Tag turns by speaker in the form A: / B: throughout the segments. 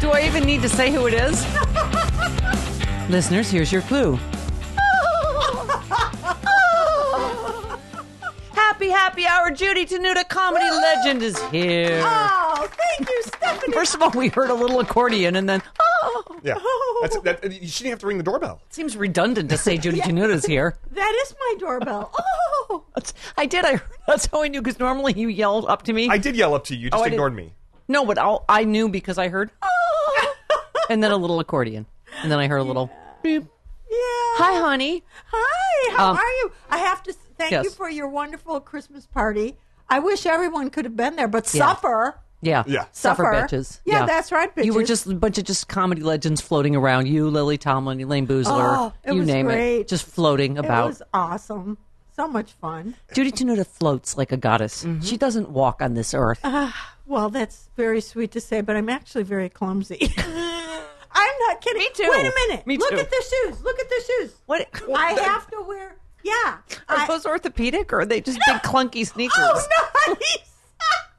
A: Do I even need to say who it is?
B: Listeners, here's your clue.
A: Happy, happy hour. Judy Tenuta, comedy legend, is here.
C: Oh, thank you, Stephanie.
B: First of all, we heard a little accordion, and then oh,
D: Yeah. That's, that, you shouldn't have to ring the doorbell.
B: it seems redundant to say Judy Tenuta's here.
C: That is my doorbell. Oh,
B: That's, I did. I that's how I knew because normally you yell up to me.
D: I did yell up to you. You just
B: Oh, I did-
D: ignored me.
B: no, but I'll, I knew because I heard oh, and then a little accordion, and then I heard a little. beep.
C: yeah.
B: Hi, honey.
C: Hi. How
B: Um,
C: are you? I have to s- thank you
B: yes.
C: for your wonderful Christmas party. I wish everyone could have been there, but suffer.
B: Yeah.
D: Yeah.
B: Suffer,
C: Suffer.
B: bitches.
C: Yeah, that's right,
B: You were
C: bitches.
B: just a bunch of just comedy legends floating around. You, Lily Tomlin, Elaine Boozler,
C: Oh, it
B: you
C: was
B: name it.
C: great.
B: Just floating
C: It
B: about.
C: was awesome. So much fun.
B: Judy Tenuta floats like a goddess.
C: Mm-hmm.
B: She doesn't walk on this earth.
C: Uh-huh. Well, that's very sweet to say, but I'm actually very clumsy. I'm not kidding. Me
B: too.
C: Wait a minute.
B: Me
C: Look
B: too.
C: at the shoes. Look at the shoes.
B: What-
C: I have to wear. Yeah.
A: Are
C: I-
A: those orthopedic or are they just big clunky sneakers?
C: Oh,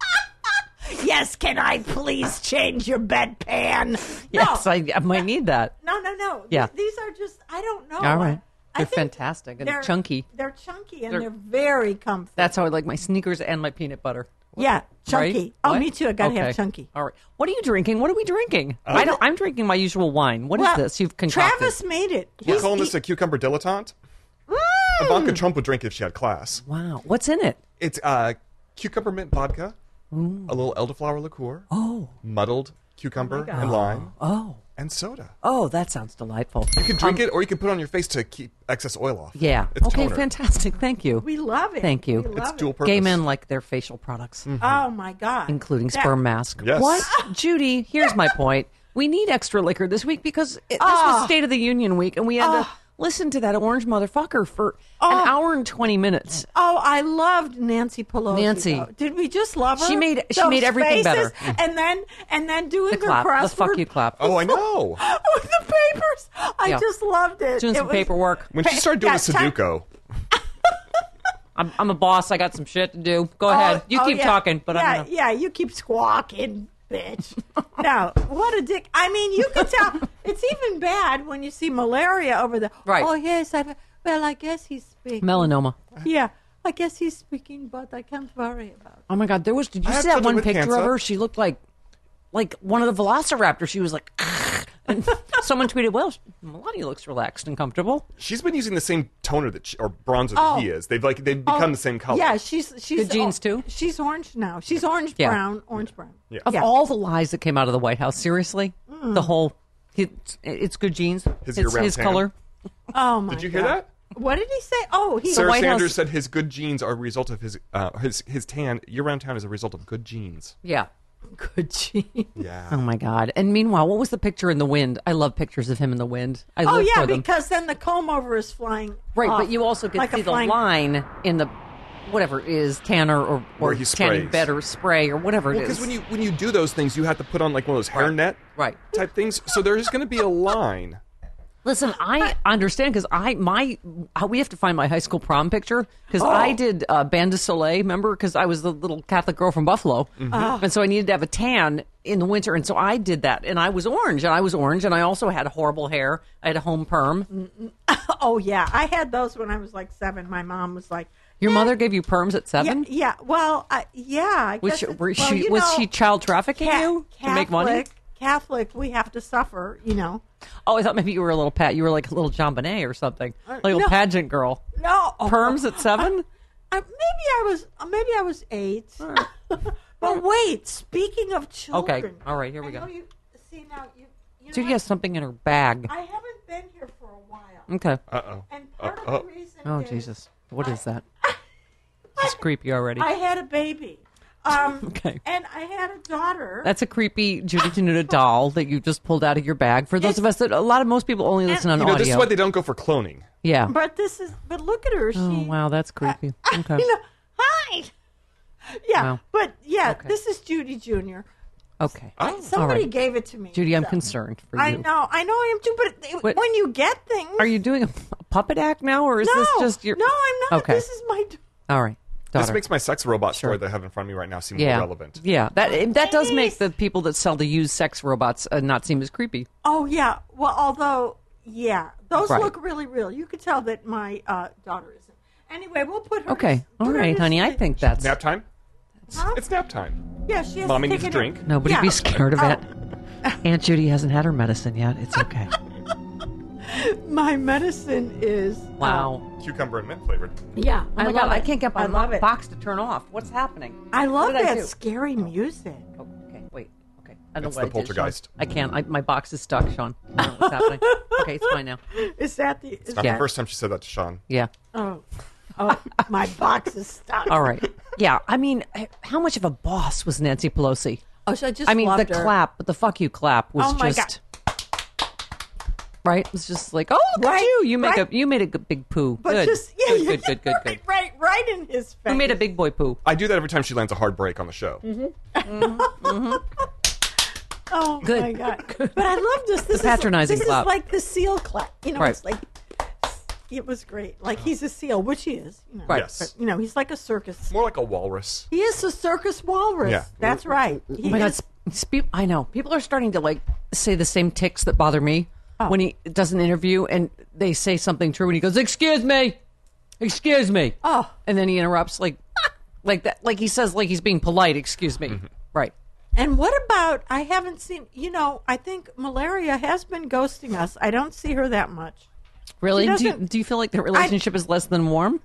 C: nice. yes, can I please change your bedpan?
B: yes,
C: no,
B: I, I might need that.
C: no, no, no.
B: Yeah.
C: Th- These are just, I don't know.
B: All right.
C: I
B: They're
C: think
B: fantastic and chunky.
C: They're chunky and
B: They're-
C: they're, very comfy.
B: That's how I like my sneakers and my peanut butter.
C: yeah,
B: Right?
C: chunky. Oh,
B: What?
C: me too. I got to
B: Okay.
C: have chunky.
B: All right. What are you drinking? What are we drinking? I don't, I'm drinking my usual wine. What is
C: Well,
B: this you've concocted?
C: Travis made it.
D: We're
C: He's-
D: calling
C: he-
D: this a cucumber dilettante.
B: Hmm.
C: Mm.
D: Ivanka Trump would drink if she had class.
B: wow. What's in it?
D: It's uh, cucumber mint vodka, a little elderflower liqueur, oh. muddled cucumber and lime,
B: Oh.
D: and soda.
B: Oh, that sounds delightful.
D: You can drink it or you can put it on your face to keep excess oil off.
B: Um, Yeah.
D: It's
B: okay,
D: toner.
B: fantastic. Thank you.
C: We love it.
B: Thank you.
C: We love
D: It's
C: it.
D: dual purpose.
B: Gay men like their facial products,
C: Oh, my God.
B: including
C: That-
B: sperm mask.
D: Yes.
B: What? Judy, here's my point. We need extra liquor this week because it, this
C: Ah.
B: was State of the Union week and we had to listen to that orange motherfucker for
C: Ah.
B: an hour and 20 minutes.
C: Oh, I loved Nancy Pelosi.
B: Nancy.
C: though. did we just love her?
B: She made- she
C: Those
B: made everything
C: faces,
B: better.
C: And then and then doing
B: The
C: her
B: clap,
C: crossword
B: the fuck you clap.
D: Oh, I know.
C: with the papers. I
B: Yeah.
C: just loved it.
B: Doing
C: It
B: some
C: was-
B: paperwork.
D: When she started doing
C: Yeah,
D: the Sudoku,
B: I'm, I'm a boss. I got some shit to do. Go
C: Oh,
B: ahead. You
C: oh,
B: keep
C: yeah.
B: talking, but
C: yeah,
B: I'm gonna...
C: yeah, you keep squawking, bitch. no, what a dick. I mean, you can tell it's even bad when you see malaria over the.
B: Right.
C: Oh yes, I. Well, I guess he's speaking.
B: melanoma.
C: Yeah, I guess he's speaking, but I can't worry about. it.
B: Oh my God! There was. Did you
D: I have
B: see that
D: children
B: one
D: with
B: picture of
D: cancer.
B: her? She looked like, like one of the Velociraptors. She was like, and someone tweeted, "Well, Melania looks relaxed and comfortable."
D: she's been using the same toner that she, or bronzer that he is. They've like they've
C: Oh,
D: become the same color.
C: Yeah, she's she's
B: Good jeans, too?
C: She's orange now. She's orange
B: Yeah.
C: brown, orange brown.
D: Yeah. Mm.
B: Of all the lies that came out of the White House, seriously, the whole it's, it's good genes. it's
D: His year-round
B: his
D: tan.
B: color.
C: Oh my!
D: Did you hear
C: God.
D: that?
C: What did he say? Oh, he.
D: Sarah
B: White
D: Sanders
B: House-
D: said his good genes are a result of his uh, his his tan year round tan is a result of good genes.
B: Yeah.
C: Good gene.
D: Yeah.
B: Oh my God! And meanwhile, what was the picture in the wind? I love pictures of him in the wind. I
C: Oh
B: live
C: yeah,
B: for them.
C: because then the comb over is flying.
B: right, but
D: oh,
C: off,
B: you also can
C: like a
B: see the
C: flying-
B: line in the whatever is tanner or or
D: Where he
B: tanning
D: sprays.
B: bed or spray or whatever Oh, it
D: because
B: is.
D: when you when you do those things, you have to put on like one of those hairnet
B: Right.
D: type things. So there's going to be a line.
B: Listen, I understand because I my uh, we have to find my high school prom picture because
C: Oh.
B: I did uh, Band de Soleil. Remember, because I was the little Catholic girl from Buffalo,
C: Mm-hmm.
B: and so I needed to have a tan in the winter, and so I did that, and I was orange, and I was orange, and I also had horrible hair. I had a home perm.
C: Oh yeah, I had those when I was like seven. My mom was like,
B: Your mother gave you perms at
C: yeah,
B: seven.
C: yeah. Well, I yeah. I
B: Was
C: guess
B: she,
C: it-
B: were
C: well,
B: she-
C: you
B: was
C: know,
B: she child trafficking
C: Ca-
B: you
C: Catholic,
B: to make money?
C: Catholic, we have to suffer. You know.
B: Oh, I thought maybe you were a little pat. You were like a little John Bonet or something, like a little
C: Uh, no.
B: pageant girl.
C: No oh,
B: Perms at seven.
C: I, maybe I was uh, maybe I was eight. but wait, speaking of children,
B: all right, here we
C: I
B: go.
C: know you- see now you, you know,
B: Dude, has something in her bag.
C: I haven't been here for a while,
B: Okay.
D: Uh oh.
C: and part
D: Uh,
C: of the reason
B: Oh
C: is
B: Jesus! What is that? It's creepy already.
C: I had a baby, um,
B: Okay.
C: and I had a daughter.
B: That's a creepy Judy Tenuta doll that you just pulled out of your bag. For those of us that a lot of most people only listen on
D: You know,
B: audio.
D: this is why they don't go for cloning.
B: yeah.
C: but this is but look at her. She
B: Oh wow, that's creepy. Okay.
C: you know, hi. Yeah,
B: Wow.
C: but yeah,
B: Okay.
C: this is Judy Jr.
B: Okay.
D: Oh.
C: Somebody
B: right.
C: gave it to me.
B: Judy, I'm
C: so-
B: concerned for you.
C: I know, I know, I am too. But it,
B: What-
C: when you get things,
B: Are you doing a, a puppet act now, or is
C: no,
B: this just your?
C: no, I'm not.
B: Okay.
C: This is my. d-
B: All right.
D: This
B: Daughter.
D: makes my sex robot story that I have in front of me right now seem more
B: yeah.
D: relevant.
B: Yeah. That that does make
C: Please.
B: the people that sell the used sex robots uh, not seem as creepy.
C: Oh yeah. Well, although yeah, those
B: Right.
C: look really real. You could tell that my uh, daughter isn't. Anyway, we'll put her.
B: Okay. All
C: put her
B: right,
C: to
B: honey. I
C: sleep.
B: think that's
D: Nap time?
C: Huh?
D: It's nap time.
C: Yeah, she has
D: Mommy
C: to
D: needs
C: take
D: a
C: it-
D: drink.
B: Nobody
C: Yeah.
B: be scared of
C: Oh.
B: it. Aunt Judy hasn't had her medicine yet. It's okay.
C: My medicine is.
B: Wow.
D: Cucumber and mint flavored.
C: Yeah.
B: Oh my god, I can't get my
C: I love it.
B: box to turn off. What's happening?
C: I love
B: What did I
C: that
B: do?
C: scary music.
B: Oh, okay, wait. Okay. I don't
D: It's
B: know what I
D: the
B: did, Sean.
D: poltergeist.
B: I can't. I, my box is stuck, Sean. I don't know what's happening. Okay, it's fine now.
C: Is that the? Is
D: Not
B: Yeah.
D: the first time she said that to Sean.
B: Yeah.
C: Oh, oh, my box is stuck.
B: All right. Yeah. I mean, h- how much of a boss was Nancy Pelosi?
C: Oh, so I just.
B: I mean, the
C: loved her.
B: clap, but the fuck you clap was
C: Oh my
B: just right. It was just like, oh, look
C: Right,
B: at you. You make
C: right.
B: a you made a g- big poo.
C: But
B: good.
C: just yeah,
B: good,
C: yeah,
B: good, good, good, good.
C: right, right, right in his face.
B: Who made a big boy poo?
D: I do that every time she lands a hard break on the show.
B: Mm-hmm.
C: Oh my
B: Good.
C: god! But I love this. This
B: patronizing
C: is, this
B: clap.
C: is like the seal clap. You know,
B: Right.
C: it's like it was great. Like he's a seal, which he is. You know,
B: Right.
D: Yes.
C: But, you know, he's like a circus.
D: More like a walrus.
C: He is a circus walrus.
D: Yeah.
C: That's right. He
B: Oh my god!
C: is-
B: Spe- I know people are starting to like say the same ticks that bother me
C: Oh.
B: when he does an interview and they say something true and he goes, "Excuse me, excuse me,"
C: Oh.
B: and then he interrupts like, "Ah," like that, like he says, like he's being polite. Excuse me, right?
C: And what about? I haven't seen. You know, I think malaria has been ghosting us. I don't see her that much.
B: Really? Do you,
C: doesn't-
B: do you feel like their relationship is less than warm?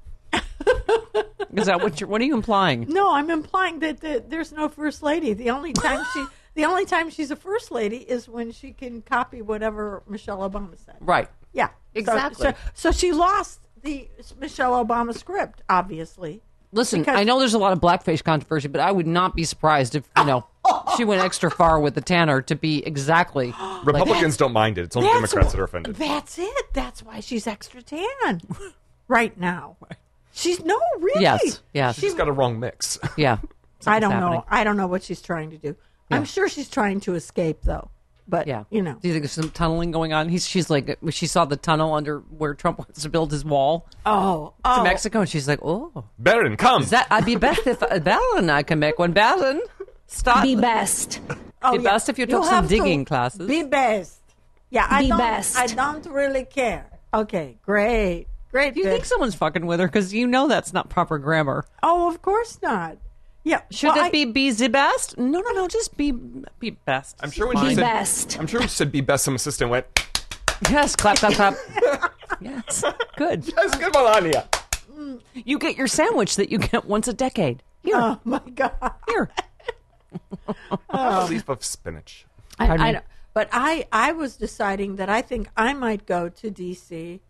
B: is that what you're? What are you implying?
C: No, I'm implying that the, there's no first lady. The only time she, the only time she's a first lady is when she can copy whatever Michelle Obama said.
B: Right.
C: Yeah, So-
B: Exactly.
C: So, so she lost the Michelle Obama script, obviously.
B: Listen,
C: Because-
B: I know there's a lot of blackface controversy, but I would not be surprised if you know she went extra far with the Tanner to be exactly
D: Republicans don't mind it. It's only Democrats that are offended.
C: That's it. That's why she's extra tan right now. She's no really.
B: Yes, yes.
D: She's got a wrong mix.
B: yeah.
C: I don't
B: happening.
C: know. I don't know what she's trying to do. I'm sure she's trying to escape though. But
B: Yeah,
C: you know.
B: Do you think there's some tunneling going on? He's, she's like, when she saw the tunnel under where Trump wants to build his wall
C: Oh,
B: to
C: oh.
B: Mexico, and she's like, "Oh,
D: Baron, come.
B: that I'd be best if uh, Balin I can make one. Balin, stop.
E: Be best.
C: Oh,
B: Be best if you took
C: You'll
B: some
C: have to
B: digging classes.
C: Be best. Yeah, I
E: Be
C: don't.
E: best.
C: I don't really care. Okay, great, great.
B: Do you
C: Vic.
B: think someone's fucking with her? Because you know that's not proper grammar.
C: Oh, of course not. Yeah.
B: Should
C: well,
B: that
C: I-
B: be be the best? No, no, no. Just be be best.
D: I'm sure when she
B: Fine.
D: said
E: best.
D: I'm sure when she said be best, some assistant went,
B: Yes, clap, clap, clap. yes, good.
D: That's a good Melania.
B: Oh. You get your sandwich that you get once a decade. Here,
C: Oh my god.
B: here.
D: A leaf of spinach.
C: I,
B: Pardon
C: I
B: me?
C: don't- but I, I was deciding that I think I might go to D.C.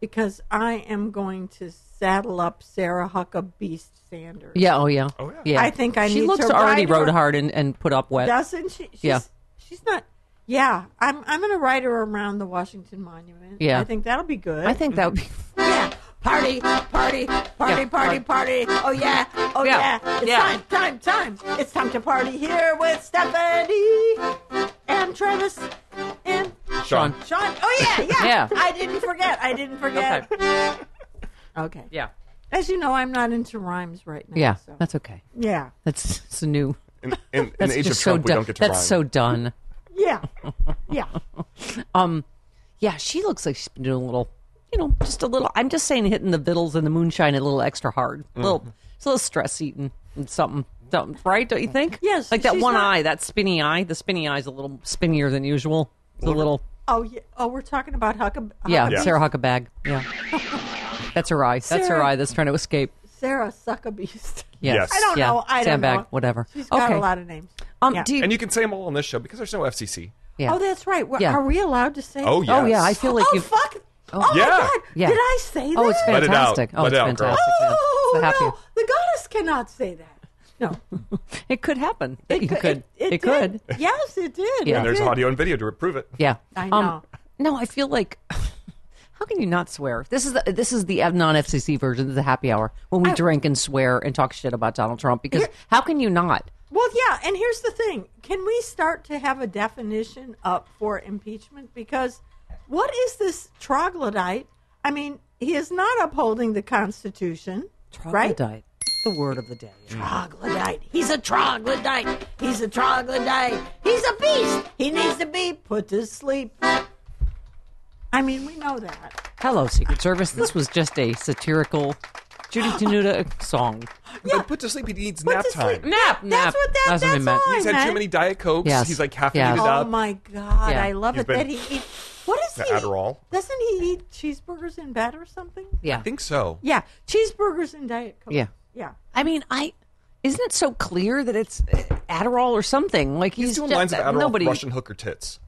C: because I am going to saddle up Sarah Huckabee Beast Sanders.
B: Yeah. Oh yeah.
D: Oh, yeah.
C: I think I
B: she
C: need
B: looks
C: to
B: already
C: ride
B: rode
C: her-
B: hard and, and put up wet.
C: doesn't she? She's,
B: Yeah.
C: She's not. Yeah, I'm. I'm going to ride her around the Washington Monument.
B: Yeah.
C: I think that'll be good.
B: I think that would be.
C: Yeah. Party, party, party,
B: Yeah,
C: party, party. Oh yeah, oh
B: Yeah,
C: yeah. It's
B: yeah.
C: time, time, time. It's time to party here with Stephanie and Travis and
D: Sean.
C: Sean. Oh yeah, yeah.
B: Yeah.
C: I didn't forget. I didn't forget. Okay.
B: Yeah.
C: As you know, I'm not into rhymes right now.
B: Yeah.
C: So.
B: That's okay.
C: yeah.
B: That's it's a new.
D: In, in, in
B: That's
D: the age of
B: just so
D: Trump, we
B: done.
D: don't get to
B: that's
D: rhyme.
B: so done.
C: Yeah. Yeah.
B: Um, yeah, she looks like she's been doing a little, you know, just a little. I'm just saying, hitting the vittles and the moonshine a little extra hard. A
C: Mm-hmm.
B: little, it's a little stress eating and something, something, right? Don't you think?
C: Yes,
B: Like that
C: she's
B: one
C: not-
B: eye, that spinny eye. The spinny eye's a little spinnier than usual. It's a little,
C: Oh yeah. Oh, we're talking about Huckab-
B: yeah,
D: Yeah.
B: Sarah Huckabag. Yeah, that's her eye. That's her
C: Sarah-
B: eye that's trying to escape.
C: Sarah Suckabeast.
D: Yes.
C: I don't
B: yeah.
C: know. I don't
B: Sandbag,
C: know.
B: whatever.
C: She's got
B: okay.
C: a lot of names.
B: um,
C: Yeah.
B: do you-
D: And you can say them all on this show because there's no FCC.
B: yeah.
C: Oh, that's right. Well,
B: Yeah.
C: Are we allowed to say?
D: Oh,
B: Oh, yeah.
D: yes.
B: I feel like
C: oh
B: you've.
C: fuck! Oh,
D: Yeah.
C: my god!
B: Yeah.
C: Did I say that?
B: Oh, it's
D: Let it out.
B: fantastic. Oh,
D: Let
B: it's
D: it out, girl.
B: fantastic. yeah.
C: Oh,
B: It's the happy-
C: no! The goddess cannot say that. No,
B: It could happen. It,
C: cou-
B: could. It,
C: did.
B: could.
C: Yes, it did.
B: Yeah.
C: It
B: And
D: There's
C: did.
D: audio and video to prove it.
B: Yeah. Um,
C: I know.
B: no, I feel like how can you not swear? This is the, this is the non FCC version of the happy hour when we drink and swear and talk shit about Donald Trump because how can you not?
C: Well, yeah, and here's the thing: can we start to have a definition up for impeachment? Because what is this troglodyte? I mean, he is not upholding the Constitution, right?
B: Troglodyte. The word of the day.
C: troglodyte. He's a troglodyte. He's a troglodyte. He's a beast. He needs to be put to sleep. I mean, we know that.
B: Hello, Secret Service. This was just a satirical Judy Tenuta song.
D: But put to sleep, he needs
C: Put
D: nap
C: to
D: time.
C: sleep.
B: Nap, nap.
C: That's what that,
B: That's
C: that's,
B: what I meant.
C: all
D: He's
C: I
D: had too
C: meant.
D: many Diet Cokes.
B: Yes.
D: He's like
B: Yes.
D: caffeinated
C: Oh
D: up.
C: my god,
B: Yeah.
C: I love
D: He's
C: it that
D: been-
C: he eats. What is
D: The
C: he?
D: Adderall.
C: Doesn't he eat cheeseburgers in bed or something?
B: Yeah.
D: I think so.
C: Yeah, cheeseburgers and diet coke.
B: Yeah.
C: yeah.
B: I mean, I isn't it so clear that it's Adderall or something? Like he's,
D: He's doing
B: just-
D: lines of Adderall
B: nobody,
D: with Russian hooker tits.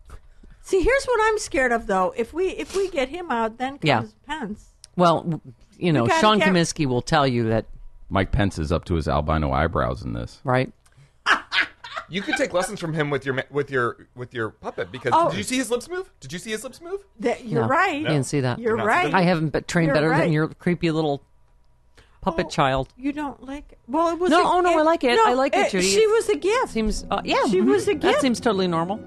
C: See, here's what I'm scared of though. If we if we get him out, then comes
B: Yeah.
C: Pence.
B: Well, you know,
C: gotta
B: Sean
C: get-
B: Kaminsky will tell you that,
F: Mike Pence is up to his albino eyebrows in this.
B: right?
D: You could take lessons from him with your ma- with your with your puppet because
C: Oh.
D: did you see his lips move? Did you see his lips move?
C: That you're
B: No,
C: right.
B: You didn't see that.
C: You're
D: Not
C: right.
D: today.
B: I haven't been trained
C: You're
B: better
C: right.
B: than your creepy little puppet
C: Oh,
B: child.
C: You don't like it. Well, it was
B: No,
C: a
B: oh, no,
C: gift.
B: I like it.
C: No,
B: I like it, Judy.
C: She was a gift.
B: Seems, uh, yeah,
C: She
B: mhm.
C: was a
B: That
C: gift.
B: seems totally normal.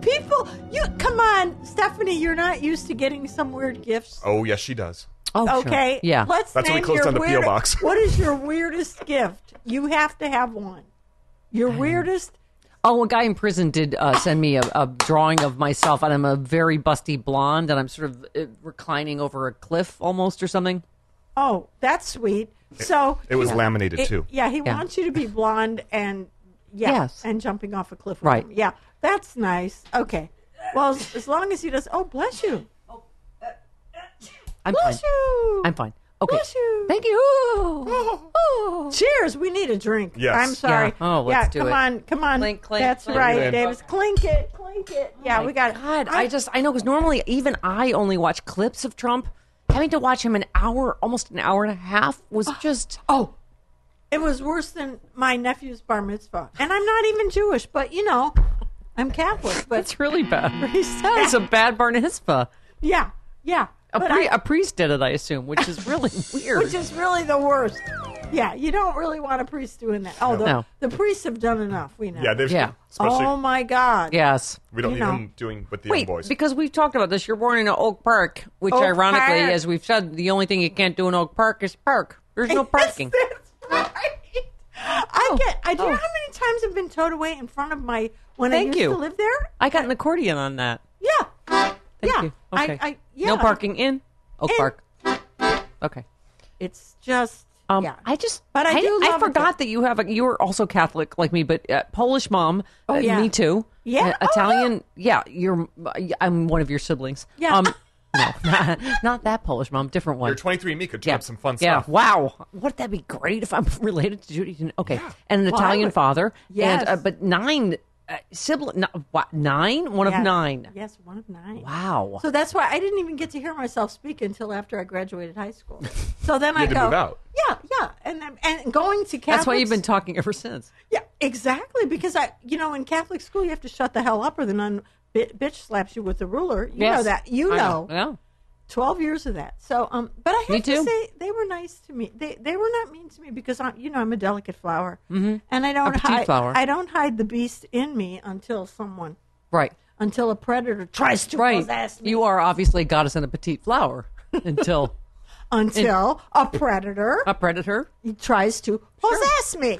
C: People, you come on, Stephanie. You're not used to getting some weird gifts.
D: Oh yes, she does.
B: Oh, sure.
C: okay.
B: yeah.
C: Let's
D: That's when we
C: name
D: closed
C: your
D: down the P.O.
C: weird-
D: box.
C: what is your weirdest gift? You have to have one. Your weirdest.
B: oh, a guy in prison did uh, send me a, a drawing of myself, and I'm a very busty blonde, and I'm sort of uh, reclining over a cliff almost or something.
C: Oh, that's sweet. So
D: It was laminated
C: it-
D: too.
C: Yeah, he
B: Yeah.
C: wants you to be blonde and yeah,
B: Yes.
C: and jumping off a cliff. with
B: Right.
C: him. Yeah, that's nice. Okay. Well, as, as long as he does. Oh, bless you.
B: I'm
C: Bless
B: fine.
C: you.
B: I'm fine. Okay.
C: Bless you.
B: Thank you.
C: Cheers. We need a drink.
D: Yes.
C: I'm sorry.
B: Yeah. Oh, let's
C: yeah,
B: do
C: come
B: it.
C: on. Come on.
B: Clink, clink,
C: That's
B: clink. Oh
C: right,
D: Yeah.
C: Davis. Clink it. Clink it. Yeah, we got it.
B: God, I, just I know because normally even I only watch clips of Trump. Having to watch him an hour, almost an hour and a half, was just
C: Oh. It was worse than my nephew's bar mitzvah. And I'm not even Jewish, but you know, I'm Catholic. But
B: that's really bad. That
C: sad.
B: is a bad bar mitzvah.
C: yeah, yeah.
B: A,
C: But
B: pri-
C: I-
B: a priest did it, I assume, which is really weird.
C: which is really the worst. Yeah, you don't really want a priest doing that. Oh, the,
B: No.
C: the priests have done enough. We know.
D: Yeah, they've
B: Yeah.
D: especially
C: Oh my God.
B: yes.
D: we don't
C: you
D: need
C: know.
D: him doing with the young
B: Wait,
D: boys.
B: because we've talked about this. You're born in Oak Park, which
C: Oak
B: ironically,
C: Park.
B: as we've said, the only thing you can't do in Oak Park is park. There's no parking. Oh,
C: That's right. I get. I do you know how many times I've been towed away in front of my when I
B: Thank
C: used
B: you.
C: to live there.
B: I got an accordion on that.
C: Yeah.
B: Thank
C: yeah.
B: you.
C: I-
B: Okay.
C: I, yeah.
B: No parking in Oak
C: In-
B: Park. Okay.
C: It's just.
B: Um,
C: yeah.
B: I just,
C: But I do love it,
B: forgot
C: though.
B: that you have a, you were also Catholic like me, but uh, Polish mom. Oh,
C: yeah.
B: Me too.
C: Yeah.
B: Uh,
C: Oh,
B: Italian. yeah. You're. uh, I'm one of your siblings.
C: Yeah.
B: Um, no, not, not that Polish mom. Different one.
D: Your 23 and me could turn
B: yeah.
D: up some fun
B: yeah.
D: stuff.
B: Wow. Wouldn't that be great if I'm related to Judy? Okay. And an
C: Well, I
B: Italian
C: would-
B: father.
C: Yes.
B: And, uh, but nine. uh, sibling, no, what, nine? One
C: Yes.
B: of nine.
C: Yes, one of nine.
B: Wow.
C: So that's why I didn't even get to hear myself speak until after I graduated high school. So then I
D: had to
C: go,
D: move out.
C: yeah, yeah, and I'm- and going to Catholic.
B: That's why you've been talking ever since.
C: yeah, exactly because I, you know, in Catholic school you have to shut the hell up or the nun bit, bitch slaps you with the ruler. You know
B: Yes.
C: that. You
B: I
C: know.
B: Yeah.
C: 12 years of that. So, um, but I have
B: Me
C: to
B: too.
C: say they were nice to me. They they were not mean to me because I'm you know I'm a delicate flower, and I don't
B: Mm-hmm. petite
C: hide
B: flower.
C: I don't hide the beast in me until someone
B: Right.
C: until a predator tries to
B: Right.
C: possess me.
B: You are obviously a goddess in a petite flower until
C: until a predator
B: a predator.
C: tries to possess me.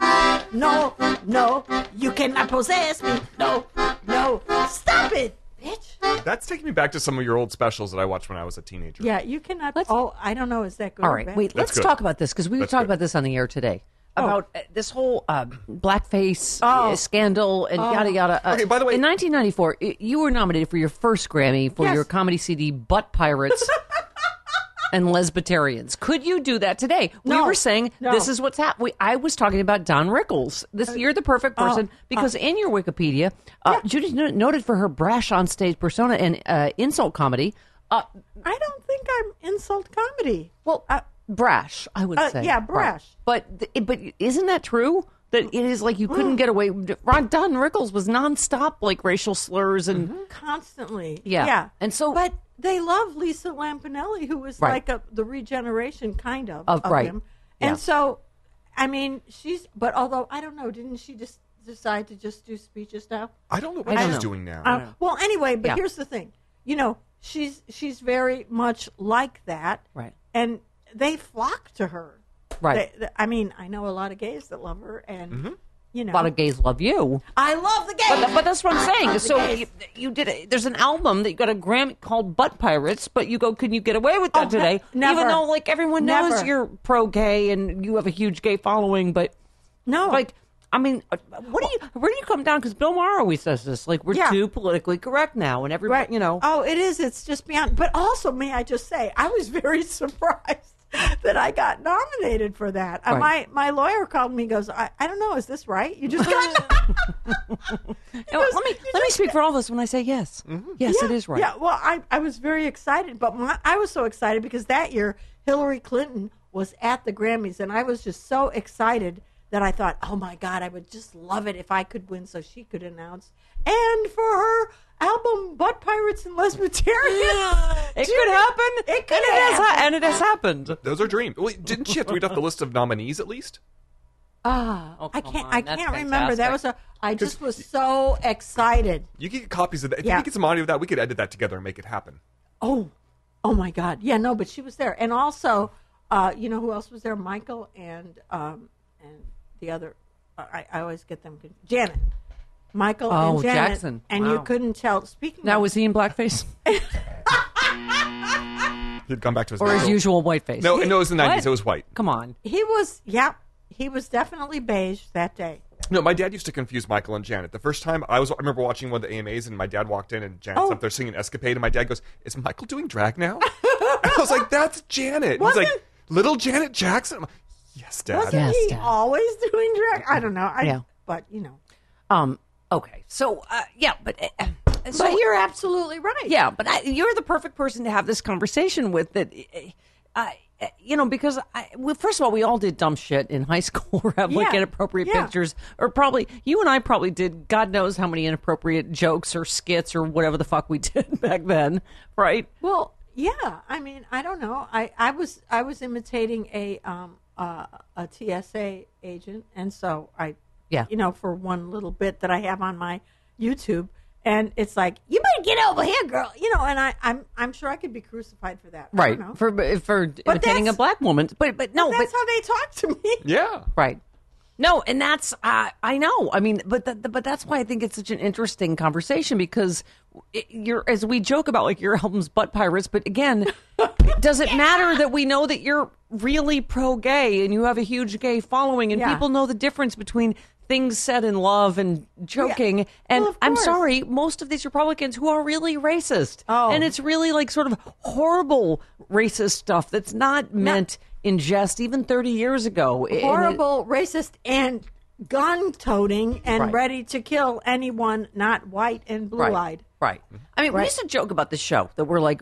C: No, no, you cannot possess me. No, no, stop it, bitch.
D: That's taking me back to some of your old specials that I watched when I was a teenager.
C: Yeah, you cannot.
B: Let's-
C: oh, I don't know. Is that good?
B: All
C: or
B: right,
C: bad?
B: wait.
D: That's
B: Let's
D: good.
B: talk about this because we
D: That's
B: talked
D: good.
B: about this on the air today
C: Oh.
B: about uh, this whole uh, blackface uh, scandal and
C: Oh.
B: yada yada. Uh,
D: Okay, by the way-
B: in 1994, i you were nominated for your first Grammy for
C: Yes.
B: your comedy CD "Butt Pirates." And lesbitarians, could you do that today?
C: No.
B: we were saying
C: No. Uh,
B: this is what's happening. I was talking about Don Rickles. This you're the perfect
C: oh,
B: person because in your Wikipedia, uh, Judy noted for her brash onstage persona and uh, insult comedy. Uh,
C: I don't think I'm insult comedy.
B: well,
C: Uh,
B: brash, I would
C: uh,
B: say.
C: yeah, brash.
B: But th- it- but isn't that true? That it is like you
C: Mm.
B: couldn't get away. Ron Don Rickles was nonstop like racial slurs and
C: Mm-hmm. constantly.
B: Yeah.
C: yeah.
B: And so-
C: but they love Lisa Lampanelli, who was
B: Right.
C: like a, the regeneration kind of
B: Of- right.
C: him.
B: Yeah.
C: And so, I mean, she's. But although I don't know, didn't she just decide to just do speeches now?
D: I don't know what
B: don't
D: she's
B: know.
D: doing now.
C: Uh, well, anyway, but
B: Yeah.
C: here's the thing. You know, she's she's very much like that.
B: Right.
C: And they flock to her.
B: Right.
C: They- they- I mean, I know a lot of gays that love her, and
B: Mm-hmm.
C: you know,
B: a lot of gays love you.
C: I love the gays.
B: But, but that's what I'm
C: Ah,
B: saying. So
C: gays.
B: you, you did. A, there's an album that you got a Grammy called Butt Pirates, but you go, can you get away with that
C: Oh, no-
B: today?
C: never.
B: Even though like everyone knows
C: Never.
B: you're pro gay and you have a huge gay following, but
C: no,
B: like. I mean, uh, what do you? Where do you come down? Because Bill Maher always says this, like we're
C: Yeah.
B: too politically correct now, and everybody, you know.
C: Oh, it is. It's just beyond. But also, may I just say, I was very surprised that I got nominated for that. Uh,
B: Right.
C: my my lawyer called me. and Goes, I, I don't know. Is this right? You just got.
B: Now, let me let me speak for all of us when I say yes. Yes, it is right.
C: Mm-hmm. Yeah. Well, I I was very excited, but my, I was so excited because that year Hillary Clinton was at the Grammys, and I was just so excited that I thought, oh my God, I would just love it if I could win, so she could announce. And for her album, Butt Pirates and Lesbitarians,
B: It
C: Do you
B: could
C: know-
B: happen.
C: It could
B: and it has ha-
C: happen.
B: and it has happened.
D: Those are dreams. Wait, didn't she have to read off the list of nominees at least?
C: Ah,
B: Oh,
C: I
B: come
C: can't.
B: on,
C: I
B: that's
C: can't remember. That was a.
B: fantastic.
C: I just was so excited.
D: You could get copies of that. If
C: Yeah.
D: you could get some audio of that, we could edit that together and make it happen.
C: Oh, oh my God. Yeah, no, but she was there, and also, uh, you know who else was there? Michael and um, and the other. uh, I, I always get them. confused. Janet, Michael and
B: Oh,
C: Janet,
B: Jackson.
C: and you
B: Wow.
C: couldn't tell. Speaking
B: Now
C: of-
B: was he in blackface
D: He'd gone back to his
B: or his
D: natural-
B: usual whiteface?
D: No, no, it was the nineties.
B: What?
D: It was white.
B: Come on.
C: he was. Yep, he was definitely beige that day.
D: No, my dad used to confuse Michael and Janet. The first time I was, I remember watching one of the AMAs, and my dad walked in, and Janet's
C: Oh.
D: up there singing "Escapade," and my dad goes, "Is Michael doing drag now?" and I was like, "That's Janet." And He's like,
C: Wasn't-
D: "Little Janet Jackson." I'm like, yes, Dad.
C: Wasn't
B: Yes,
C: he
B: Dad.
C: always doing drag? I don't know. I,
B: Yeah.
C: But you know.
B: Um. Okay. So uh, yeah, but uh, so
C: but you're absolutely right.
B: yeah, but I, you're the perfect person to have this conversation with. That uh, uh, you know because I well, first of all, we all did dumb shit in high school or have like
C: Yeah.
B: inappropriate
C: Yeah.
B: pictures or probably you and I probably did God knows how many inappropriate jokes or skits or whatever the fuck we did back then, right?
C: Well, yeah. I mean, I don't know. I, I was I was imitating a um uh, a TSA agent, and so I
B: Yeah.
C: you know for one little bit that I have on my YouTube, and it's like you better get over here, girl. You know, and I I'm I'm sure I could be crucified for that. I
B: right
C: don't know.
B: for for imitating a
C: that's-
B: black woman but but no but
C: That's how they talk to me.
D: Yeah.
B: right no and that's uh, i know i mean but th- but that's why i think it's such an interesting conversation because it, you're as we joke about like your album's butt pirates but again does it matter that we know that you're really pro-gay and you have a huge gay following and
C: Yeah.
B: people know the difference between things said in love and joking and
C: Well, of
B: i'm
C: course.
B: sorry most of these republicans who are really racist
C: Oh.
B: and it's really like sort of horrible racist stuff that's not meant in jest even 30 years ago. And it-
C: Horrible, racist, and gun toting and
B: Right.
C: ready to kill anyone not white and blue eyed.
B: right. Right. I mean, we used to joke about the show that we're like,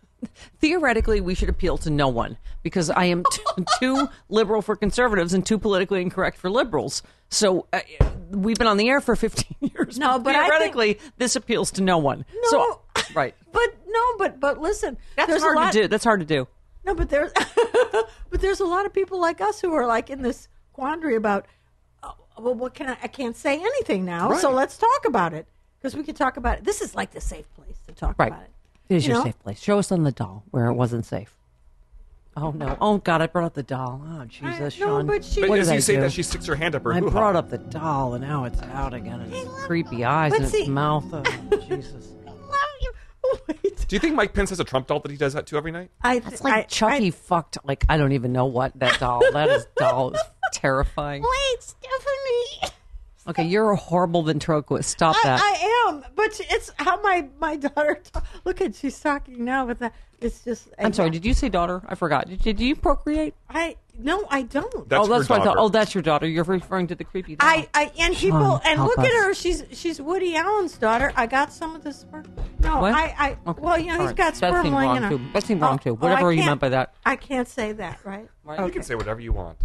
B: theoretically, we should appeal to no one because I am t- too liberal for conservatives and too politically incorrect for liberals. So uh, we've been on the air for 15 years.
C: No, but I think-
B: theoretically, this appeals to no one. So, uh, right.
C: But no, but but listen,
B: That's
C: there's
B: hard
C: a lot,
B: to do. That's hard to do.
C: No, but there's but there's a lot of people like us who are like in this quandary about oh, well, what can I? I can't say anything now, so
D: Right.
C: let's talk about it because we can talk about it. This is like the safe place to talk
B: Right.
C: about it.
B: It is
C: You
B: your
C: know?
B: safe place. Show us on the doll where it wasn't safe. Oh no! Oh God! I brought up the doll. Oh Jesus,
C: no,
B: Sean!
C: but she-
D: But
B: What
D: as
B: did
D: you
B: I
D: say
B: do?
D: that, she sticks her hand up her
B: I
D: hoo-ha.
B: brought up the doll, and now it's out again. And its creepy eyes
C: but
B: and its
C: see-
B: mouth. Oh, Jesus!
C: I love you. Wait,
D: Do you think Mike Pence has a Trump doll that he does that to every night?
C: I
B: It's like Chucky fucked. Like I don't even know what that doll. That is doll is terrifying.
C: wait, Stephanie.
B: Okay, you're a horrible ventriloquist. Stop that.
C: I, I am, but it's how my my daughter. Ta- look at she's talking now with that. It's just.
B: I'm sorry. Did you say daughter? I forgot. Did, did you procreate?
C: I no, I don't.
B: oh, that's
D: That's her
B: what I thought.
D: daughter.
B: Oh, that's your daughter. You're referring to the creepy. Doll.
C: I, I and people and
B: help
C: look at
B: us.
C: her. She's she's Woody Allen's daughter. I got some of the sperm. No,
B: What?
C: I I
B: Okay.
C: well you know
B: All
C: he's
B: right.
C: got
B: That
C: sperm
B: seemed
C: lying
B: wrong,
C: in her-
B: too. That seemed wrong, too.
C: I
B: Whatever you
C: can't-
B: meant by that.
C: I can't say that, right?
D: You can say whatever you want.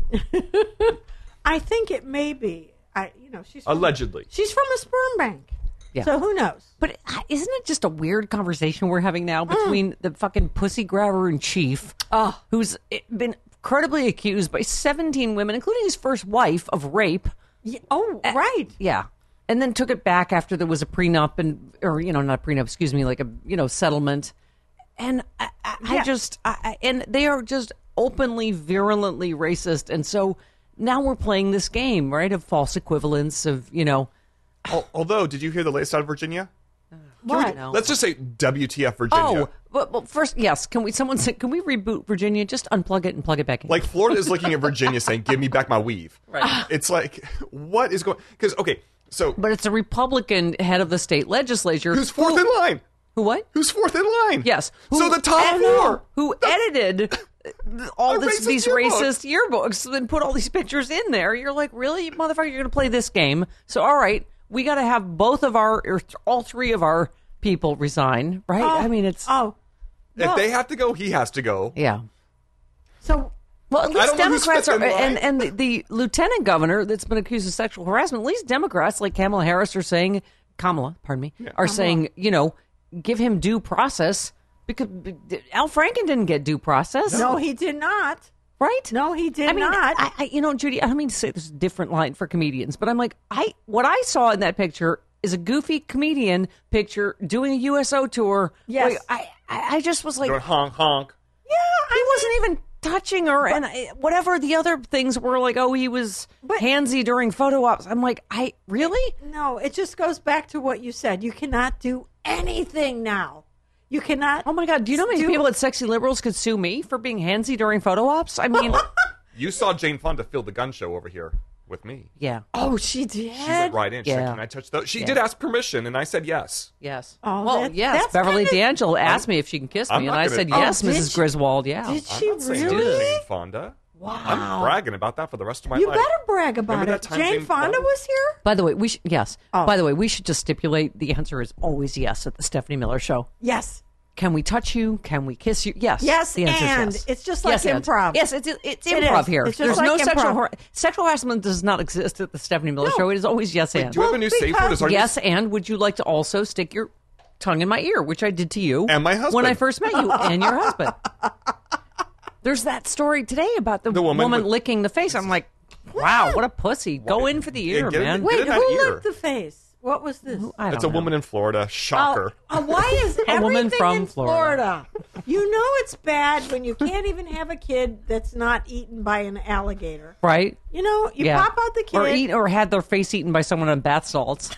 C: I think it may be. I you know she's from-
D: Allegedly.
C: she's from a sperm bank.
B: Yeah.
C: So who knows?
B: But isn't it just a weird conversation we're having now between the fucking pussy grabber in chief, who's eh, been credibly accused by 17 women, including his first wife, of rape?
C: Yeah, oh right.
B: Yeah. And then took it back after there was a prenup and, or, you know, not a prenup, excuse me, like a, you know, settlement. And I, I, I
C: Yeah.
B: just, I, I- and they are just openly, virulently racist. And so now we're playing this game, right? Of false equivalence of, you know,
D: Al- Although, did you hear the latest out of Virginia?
C: What?
B: no.
D: Let's just say WTF Virginia.
B: Oh, but, but first, yes. Can we? Someone said, can we reboot Virginia? Just unplug it and plug it back in.
D: Like Florida is looking at Virginia saying, "Give me back my weave." Right. It's like, what is going? Because okay, so
B: but it's a Republican head of the state legislature
D: who's fourth
B: who,
D: in line?
B: Who what?
D: Who's fourth in line?
B: Yes.
D: so
B: who
D: the top
B: ed-
D: four.
B: who edited all
D: A
B: this,
D: racist
B: these
D: yearbook.
B: racist yearbooks, then put all these pictures in there. You're like, really, you motherfucker? You're going to play this game? So all right, we got to have both of our, or all three of our people resign, right? I mean, it's
C: Oh,
D: If they have to go, he has to go.
B: yeah.
C: so
B: Well, at
D: I
B: least
D: don't know who's
B: Democrats are,
D: fifth in
B: and
D: line.
B: and the, the lieutenant governor that's been accused of sexual harassment. At least Democrats like Kamala Harris are saying, Kamala, pardon me, are saying, you know, give him due process because b- d- Al Franken didn't get due process,
C: no, he did not.
B: right?
C: No, he did
B: I mean,
C: not.
B: I, I, you know, Judy, I don't mean to say this is a different line for comedians, but I'm like, I what I saw in that picture is a goofy comedian picture doing a USO tour.
C: Yes.
B: Like, I, I I just was like,
D: Going honk honk.
B: he wasn't even touching her, and I, whatever the other things were, like oh, he was handsy during photo ops. I'm like, I really?
C: No, it just goes back to what you said. You cannot do anything now. You cannot.
B: Oh my god! Do you know how many people at Sexy Liberals could sue me for being handsy during photo ops? I mean,
D: You saw Jane Fonda fill the gun show over here with me.
B: yeah,
C: Oh, she
D: She went
C: did.
D: right in. She said,
B: Yeah.
D: "Can I touch those?" She did ask permission, and I said yes.
B: yes.
C: Oh,
B: well,
C: that-
B: yes.
C: that's
B: Beverly
C: kinda-
B: D'Angelo asked me if she can kiss
D: I'm
B: me, and
D: not
B: I
D: gonna-
B: said
D: Oh,
B: yes,
C: did
B: Mrs.
C: she-
B: Griswold. Yeah.
C: Did
D: I'm
C: she
D: not saying do
C: really?
D: Jane Fonda. Wow. I'm bragging about that for the rest of my
C: You
D: life.
C: better brag about
D: Remember
C: it.
D: that time
C: Jane
D: Jane
C: Fonda
D: Fonda-
C: was here.
B: By the way, we should yes.
C: Oh.
B: By the way, we should just stipulate the answer is always yes at the Stephanie Miller show.
C: Yes.
B: Can we touch you? Can we kiss you? Yes.
C: Yes,
B: The answer is
C: and.
B: yes.
C: It's just like
B: Yes, and.
C: improv.
B: Yes, it's it's
C: It
B: improv
C: is.
B: here.
C: It's just
B: There's
C: like
B: no sexual
C: improv.
B: har- sexual harassment does not exist at the Stephanie Miller show. It is always yes and.
D: Do you have a new
C: Well,
D: safe
C: because-
D: word? Is our new-
B: yes, and would you like to also stick your tongue in my ear, which I did to you
D: And my
B: when I
D: husband.
B: first met you and your husband. There's that story today about the,
D: The woman with-
B: licking the face. I'm like, wow, what a pussy. Go in for the
D: Yeah,
B: ear,
D: get in
B: man.
D: the-
C: Wait,
D: Did it have
C: who
D: ear?
C: licked the face? What was this?
B: I
D: It's a
B: don't know.
D: woman in Florida.
C: Oh,
D: Shocker.
C: uh, why is
B: A
C: everything
B: woman from
C: in Florida? You know it's bad when you can't even have a kid that's not eaten by an alligator.
B: right?
C: You know, you pop out the kid.
B: or eat or had their face eaten by someone on bath salts.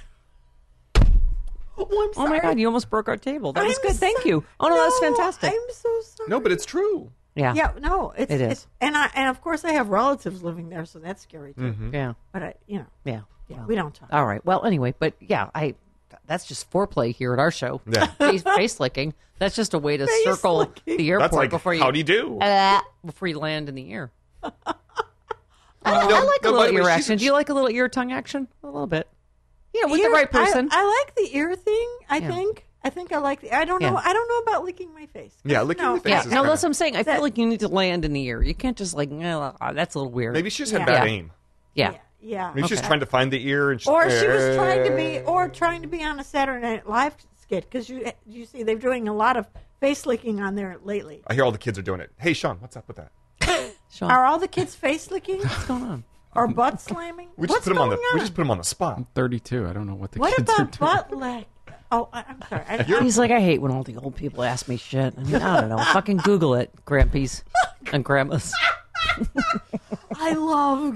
C: Oh, I'm
B: Oh my
C: sorry.
B: god, you almost broke our table. That was
C: I'm
B: good. Thank
C: so-
B: you. Oh no, that's
C: No,
B: fantastic.
C: I'm so sorry.
D: No, but it's true.
B: Yeah.
C: Yeah, no, it's,
B: It is.
C: it's- and I and of course I have relatives living there, so that's scary too.
D: Mm-hmm.
B: Yeah.
C: But I, you know,
B: Yeah.
C: yeah,
B: Well,
C: we don't talk.
B: All right. Well, anyway, but yeah, I that's just foreplay here at our show.
D: Yeah.
B: face, face licking. That's just a way to
C: Face
B: circle
C: licking.
B: the airport
C: Uh,
D: That's like
B: before you
D: howdy do.
B: Uh, before you land in the air. I,
D: No,
B: I like
D: no,
B: a
D: by the
B: little
D: way,
B: ear
D: she's-
B: action. Do you like a little ear tongue action? A little bit. Yeah, with
C: Ear-
B: the right
C: I-
B: person.
C: I, like the ear thing. I think. I think I like the. I don't know.
B: Yeah.
C: I don't know about licking my face.
D: Yeah, licking
C: no.
D: the face
B: yeah,
D: is
B: no,
D: kinda-
B: that's what I'm saying. I
C: That-
B: feel like you need to land in the ear. You can't just like, "Nah, ah, that's a little weird.
D: Maybe she just had
C: Yeah.
D: bad
B: Yeah.
D: aim.
B: Yeah.
C: Yeah.
D: Maybe she's just trying to find the ear, and she's, "Eh."
C: Or she was trying to be, or trying to be on a Saturday Night Live skit because you you see they're doing a lot of face licking on there lately.
D: I hear all the kids are doing it. Hey, Sean, what's up with that?
B: Sean,
C: Are all the kids face licking
B: what's going on?
C: or butt slamming?
D: We just
C: What's
D: put him on the.
C: going
D: We just put him on the spot.
F: 32. I don't know what the
C: What
F: kids
C: about
F: are doing.
C: butt lick? Oh, I- I'm sorry. I, I,
B: He's like, I hate when all the old people ask me shit. I mean, I don't know. Fucking Google it, grandpies and grandmas.
C: I love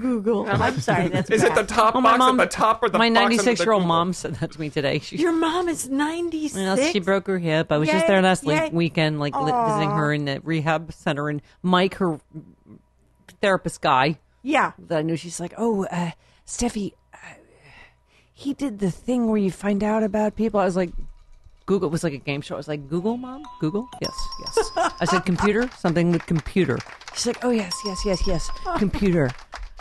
C: Google. I'm sorry. That's
D: Is it the
C: bad.
D: top
B: Oh,
D: box at the top or the
B: my
D: box under the
B: 96 year old
D: Google?
B: mom said that to me today. She,
C: Your mom is 96.
B: you know, she broke her hip. I was just there
C: Yay,
B: last
C: yay.
B: le- weekend, like li- visiting her in the rehab center, and Mike, her therapist guy,
C: Yeah.
B: that I knew. She's like, "Oh, uh, Steffi, uh, he did the thing where you find out about people." I was like, "Google." It was like a game show. I was like, "Google, mom, Google." Yes, yes. I said, "Computer," something with computer. She's like, "Oh yes, yes, yes, yes, computer."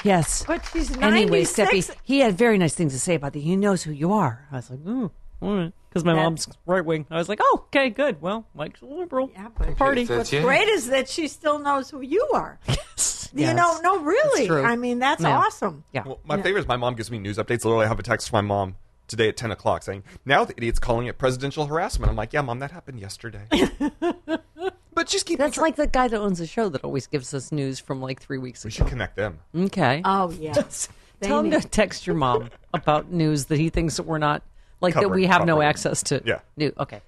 B: Yes.
C: But she's
B: Anyway,
C: 96.
B: Steffi, he had very nice things to say about you. He knows who you are. I was like, ooh, all right. Because my mom's right wing. I was like, oh, okay, good. Well, Mike's a liberal.
C: Yeah, but
B: Party.
C: What's great is that she still knows who you are. You
B: Yes.
C: know, no, really.
B: It's true.
C: I mean, that's
B: Yeah.
C: awesome.
B: Yeah.
D: Well, my favorite is my mom gives me news updates. Literally, I have a text from my mom today at 10 o'clock saying, now the idiot's calling it presidential harassment. I'm like, yeah, mom, that happened yesterday. but just keep...
B: That's like the guy that owns the show that always gives us news from like three weeks
D: We
B: ago.
D: should connect them.
B: Okay.
C: Oh, yeah. They
B: Tell him to
C: need-
B: text your mom about news that he thinks that we're not, like that
D: Covered,
B: we have no
D: covered.
B: access to.
D: Yeah.
B: New. Okay.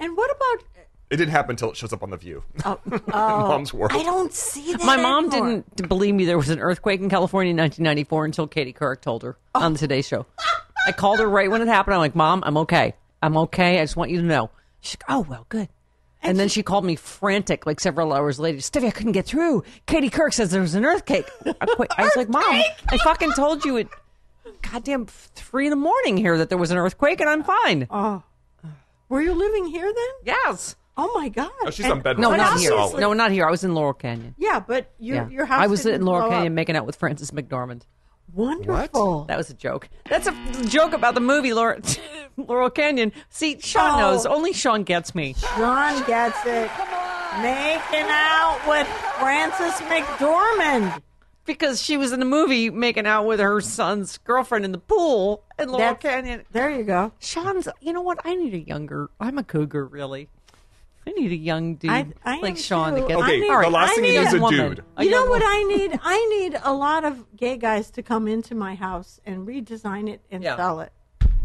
C: And what about.
D: It didn't happen until it shows up on The View. Mom's world.
C: Oh. I don't see that.
B: My mom
C: anymore.
B: didn't believe me there was an earthquake in California in 1994 until Katie Couric told her
C: Oh.
B: on the Today Show. I called her right when it happened. I'm like, Mom, I'm okay. I'm okay. I just want you to know. She's like, Oh, well, good. And, then she called me frantic, like several hours later. Stevie, I couldn't get through. Katie Kirk says there was an earthquake. I quit- I was like, Mom, I fucking told you at goddamn three in the morning here that there was an earthquake and I'm fine.
C: Oh. Were you living here then?
B: yes.
C: Oh, my God.
D: Oh, she's
C: And-
D: on bed
B: No,
D: rest.
B: not
C: else
B: here.
C: is
B: No, not here. I was in Laurel Canyon.
C: Yeah, but your,
B: Yeah.
C: your house.
B: I was
C: didn't
B: in Laurel
C: blow up.
B: Canyon making out with Francis McDormand.
C: Wonderful.
B: That was a joke. That's a joke about the movie Laurel, Laurel Canyon. See, Sean
C: Oh.
B: knows. Only Sean gets me.
C: John gets it. Making out with Francis McDormand.
B: Because she was in the movie making out with her son's girlfriend in the pool in Laurel
C: That's-
B: Canyon.
C: There you go.
B: Sean's, you know what? I need a younger, I'm a cougar, really. I need a young dude
C: I- I am
B: like Sean
C: too.
B: to get
D: Okay,
B: me.
D: the
B: All right,
D: last
B: I
D: thing you
B: need
D: need is a
B: woman.
D: dude.
B: A
C: You know
B: young
C: what
B: woman.
C: I need? I need a lot of gay guys to come into my house and redesign it and
B: Yeah.
C: sell it.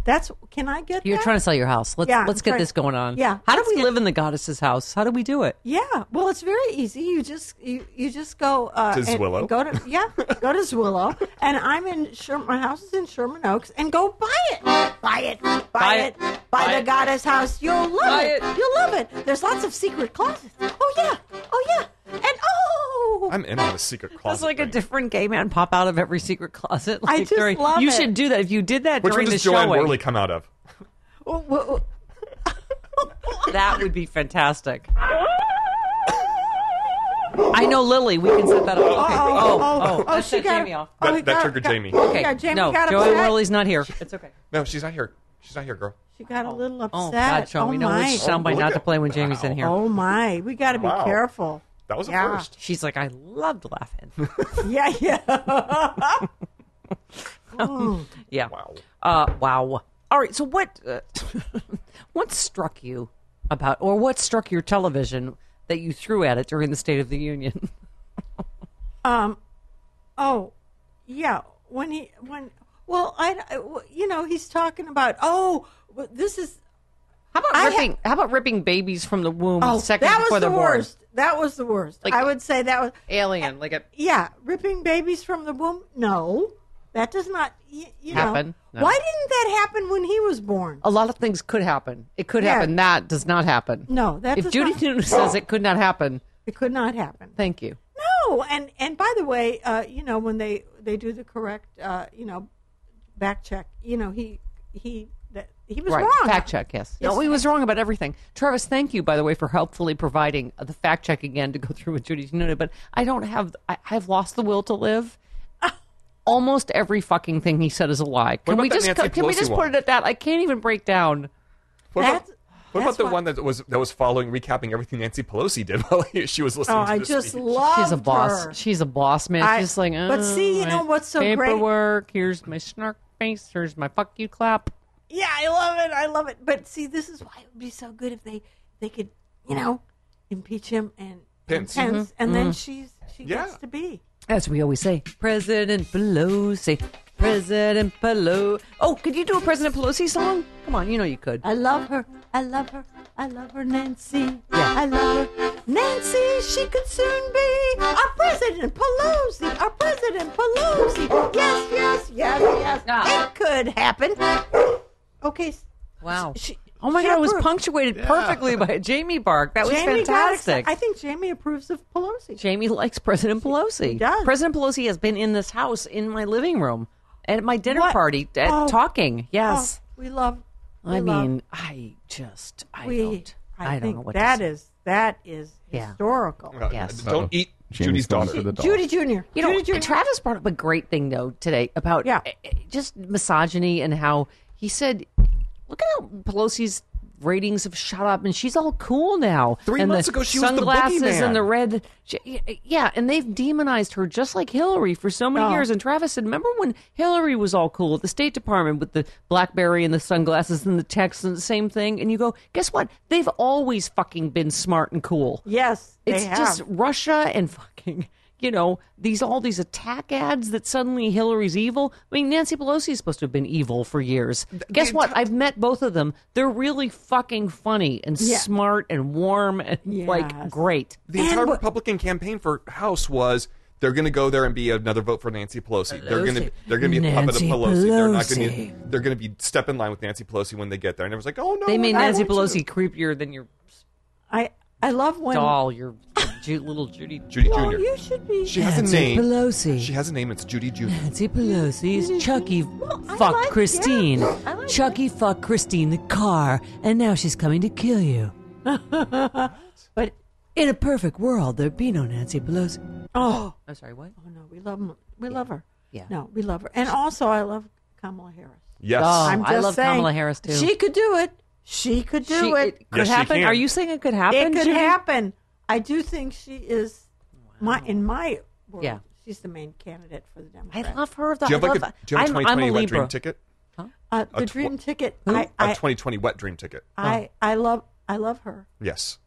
C: That's can I get?
B: You're
C: that?
B: trying to sell your house. Let's
C: Yeah, I'm
B: let's get
C: trying-
B: this going on.
C: Yeah,
B: How do
C: let's
B: we
C: get-
B: live in the goddess's house? How do we do it?
C: Yeah. Well, it's very easy. You just you, you just go uh,
D: To
C: and-
D: Zwillow.
C: and go to yeah, go to Zwillow, and I'm in Sher- my house is in Sherman Oaks, and go buy it, buy it, buy,
B: Buy
C: it,
B: it. Buy
C: buy, the
B: it.
C: Goddess House. You'll love
B: Buy
C: it.
B: it.
C: You'll love it. There's lots of secret closets. Oh yeah. Oh yeah. And oh.
D: I'm in on the secret closet
B: Does like a
D: thing.
B: different gay man pop out of every secret closet? Like,
C: I just
B: during,
C: love
B: You
C: it.
B: should do that if you did that
D: Which one
B: during the
D: does Joanne
B: showing.
D: Worley come out of?
C: Oh, oh, oh.
B: That would be fantastic. I know Lily. We can set that up. Okay.
C: oh, oh,
B: let's
C: she
B: set
C: got-
B: Jamie off.
C: oh,
D: That-
C: he
D: that
C: got-
D: triggered
C: got-
D: Jamie.
C: oh,
B: Okay.
C: yeah, Jamie
B: no,
C: got
B: Joanne
C: upset.
B: Worley's not here. It's okay.
D: No, she's not here. She's not here, girl.
C: She got a little upset.
B: Oh God, Sean, we know
C: my.
B: which soundbite
D: look
B: not to
D: at-
B: play when Jamie's in here.
C: Oh my, we got to be
D: Wow.
C: careful.
D: That was a
C: Yeah.
D: first.
B: She's like, I loved laughing.
C: Yeah, yeah.
B: Yeah.
D: Wow.
B: Uh, wow. All right. So what uh, what struck you about, or what struck your television that you threw at it during the State of the Union?
C: Um, oh, yeah. When he when well, I, I- you know he's talking about oh well, this is
B: How about
C: I ha-
B: ripping? how about ripping babies from the womb
C: oh
B: second
C: that
B: before
C: was the
B: they're born?
C: worst. That was the worst.
B: Like-
C: I would say that was
B: Alien, like a
C: yeah ripping babies from the womb. No, that does not y- you know.
B: Happen, no.
C: Why didn't that happen when he was born?
B: a lot of things could happen. It could
C: Yeah.
B: happen. That does not happen.
C: No, that
B: if
C: does
B: Judy
C: not-
B: Newton says it could not happen,
C: It could not happen.
B: thank you.
C: No, and and by the way, uh, you know when they they do the correct, uh, you know, back check. You know he he that he was
B: right,
C: wrong.
B: fact check. Yes.
C: Yes.
B: No, he was wrong about everything. Travis, thank you by the way for helpfully providing the fact check again to go through with Judy Newton. But I don't have. I, I've lost the will to live. almost every fucking thing he said is a lie. Can
D: about
B: we
D: that
B: just
D: Nancy
B: can we
D: Pelosi
B: just
D: one?
B: put it at that? I can't even break down.
D: What about,
C: That's-
D: what about
C: that's
D: the
C: what-
D: one that was that was following, recapping everything Nancy Pelosi did while he- she was listening
C: Oh,
D: to
C: I
D: this
C: just
D: speech?
C: love
B: She's a boss.
C: Her.
B: She's a boss, man.
C: I-
B: She's just like,
C: but see, you
B: "Oh,
C: know
B: my
C: what's so great?"
B: paperwork. Here's my snark face. Here's my fuck you clap.
C: Yeah, I love it. I love it. But see, this is why it would be so good if they they could, you know, impeach him and
D: Pence.
C: and, Pence,
B: Mm-hmm.
C: and then she's she
D: Yeah.
C: gets to be.
B: As we always say, President Pelosi. President Pelosi. Oh, could you do a President Pelosi song? Come on, you know you could.
C: I love her. I love her. I love her, Nancy. I love her. Nancy, she could soon be our president, Pelosi. Our president, Pelosi. Yes, yes, yes, yes.
B: Ah.
C: It could happen. Okay. s-
B: Wow.
C: She-
B: oh my
C: she
B: God, it was
C: approved.
B: punctuated perfectly by Jamie Bark. That was
C: Jamie got exci-
B: fantastic.
C: I think Jamie approves of Pelosi.
B: Jamie likes President Pelosi.
C: does.
B: President Pelosi has been in this house in my living room at my dinner
C: What?
B: party at
C: Oh.
B: talking.
C: Oh,
B: Yes.
C: we love.
B: I
C: we love-
B: mean, I just, I
C: we.
B: don't, I,
C: think
B: don't know what
C: that
B: to say.
C: is. That is
B: Yeah.
C: historical.
D: Uh,
B: Yes.
D: Don't
F: Uh-oh.
D: eat
F: Jamie's
D: Judy's
F: going
D: daughter.
F: for the doll.
C: Judy Junior.
B: You know,
C: Judy Junior.
B: Travis brought up a great thing though today about
C: Yeah.
B: eh, eh, just misogyny and how he said, "Look at how Pelosi's ratings have shot up, and she's all cool now."
D: Three
B: and
D: months
B: the
D: ago, she was the
B: sunglasses
D: boogeyman.
B: and the red, she- eh, yeah, and they've demonized her just like Hillary for so
D: Oh.
B: many years. And Travis said, "Remember when Hillary was all cool at the State Department with the BlackBerry and the sunglasses and the text and the same thing?" And you go, "Guess what? They've always fucking been smart and cool."
C: Yes, they
B: It's
C: have.
B: just Russia and fucking, you know, these all these attack ads that suddenly Hillary's evil. I mean, Nancy Pelosi is supposed to have been evil for years. Guess what? I've met both of them. They're really fucking funny and smart and warm and like
C: Yes.
B: great.
D: The entire Republican campaign for House was they're going to go there and be another vote for Nancy Pelosi. They're going to they're going to be a puppet of
B: Nancy
D: Pelosi. They're not going to
B: Pelosi.
D: they're going to be step in line with Nancy Pelosi when they get there. And everyone's like, oh no,
B: They made
D: we're not
B: Nancy
D: going to.
B: Pelosi creepier than your
C: I I love when.
B: doll, your ju- little Judy.
D: Judy
C: Well,
D: Jr.
C: Oh, you should be.
D: She has a
B: Nancy
D: name.
B: Pelosi.
D: She has a name. It's Judy Jr.
B: Nancy Pelosi is Chucky
C: Mm-hmm. I
B: fuck
C: like-
B: Christine.
C: yeah, I like
B: Chucky fuck Christine the car, and now she's coming to kill you.
C: But
B: In a perfect world, there'd be no Nancy Pelosi.
C: oh,
B: I'm sorry, what?
C: oh no, we love 'em. we love her.
B: Yeah.
C: No, we love her, and also I love Kamala Harris.
D: Yes.
B: Oh,
C: I'm just
B: I love
C: saying,
B: Kamala Harris too.
C: She could do it. She could do
B: She-
C: it.
B: could
D: Yes, she
B: happen.
D: can.
B: Are you saying it could happen?
C: It could
B: Judy?
C: happen. I do think she is my in my world.
B: Yeah.
C: She's the main candidate for the Democrats.
B: I love her. Though.
D: do you have
B: I
D: like
B: love,
D: a, do you have a
B: I'm, I'm
D: 2020
B: a
D: wet dream
B: Libra.
D: ticket?
C: uh, the
D: a tw-
C: dream ticket.
B: Who?
C: I
D: A Oh.
C: I,
D: 2020 wet dream ticket.
C: I I love I love her.
D: Yes.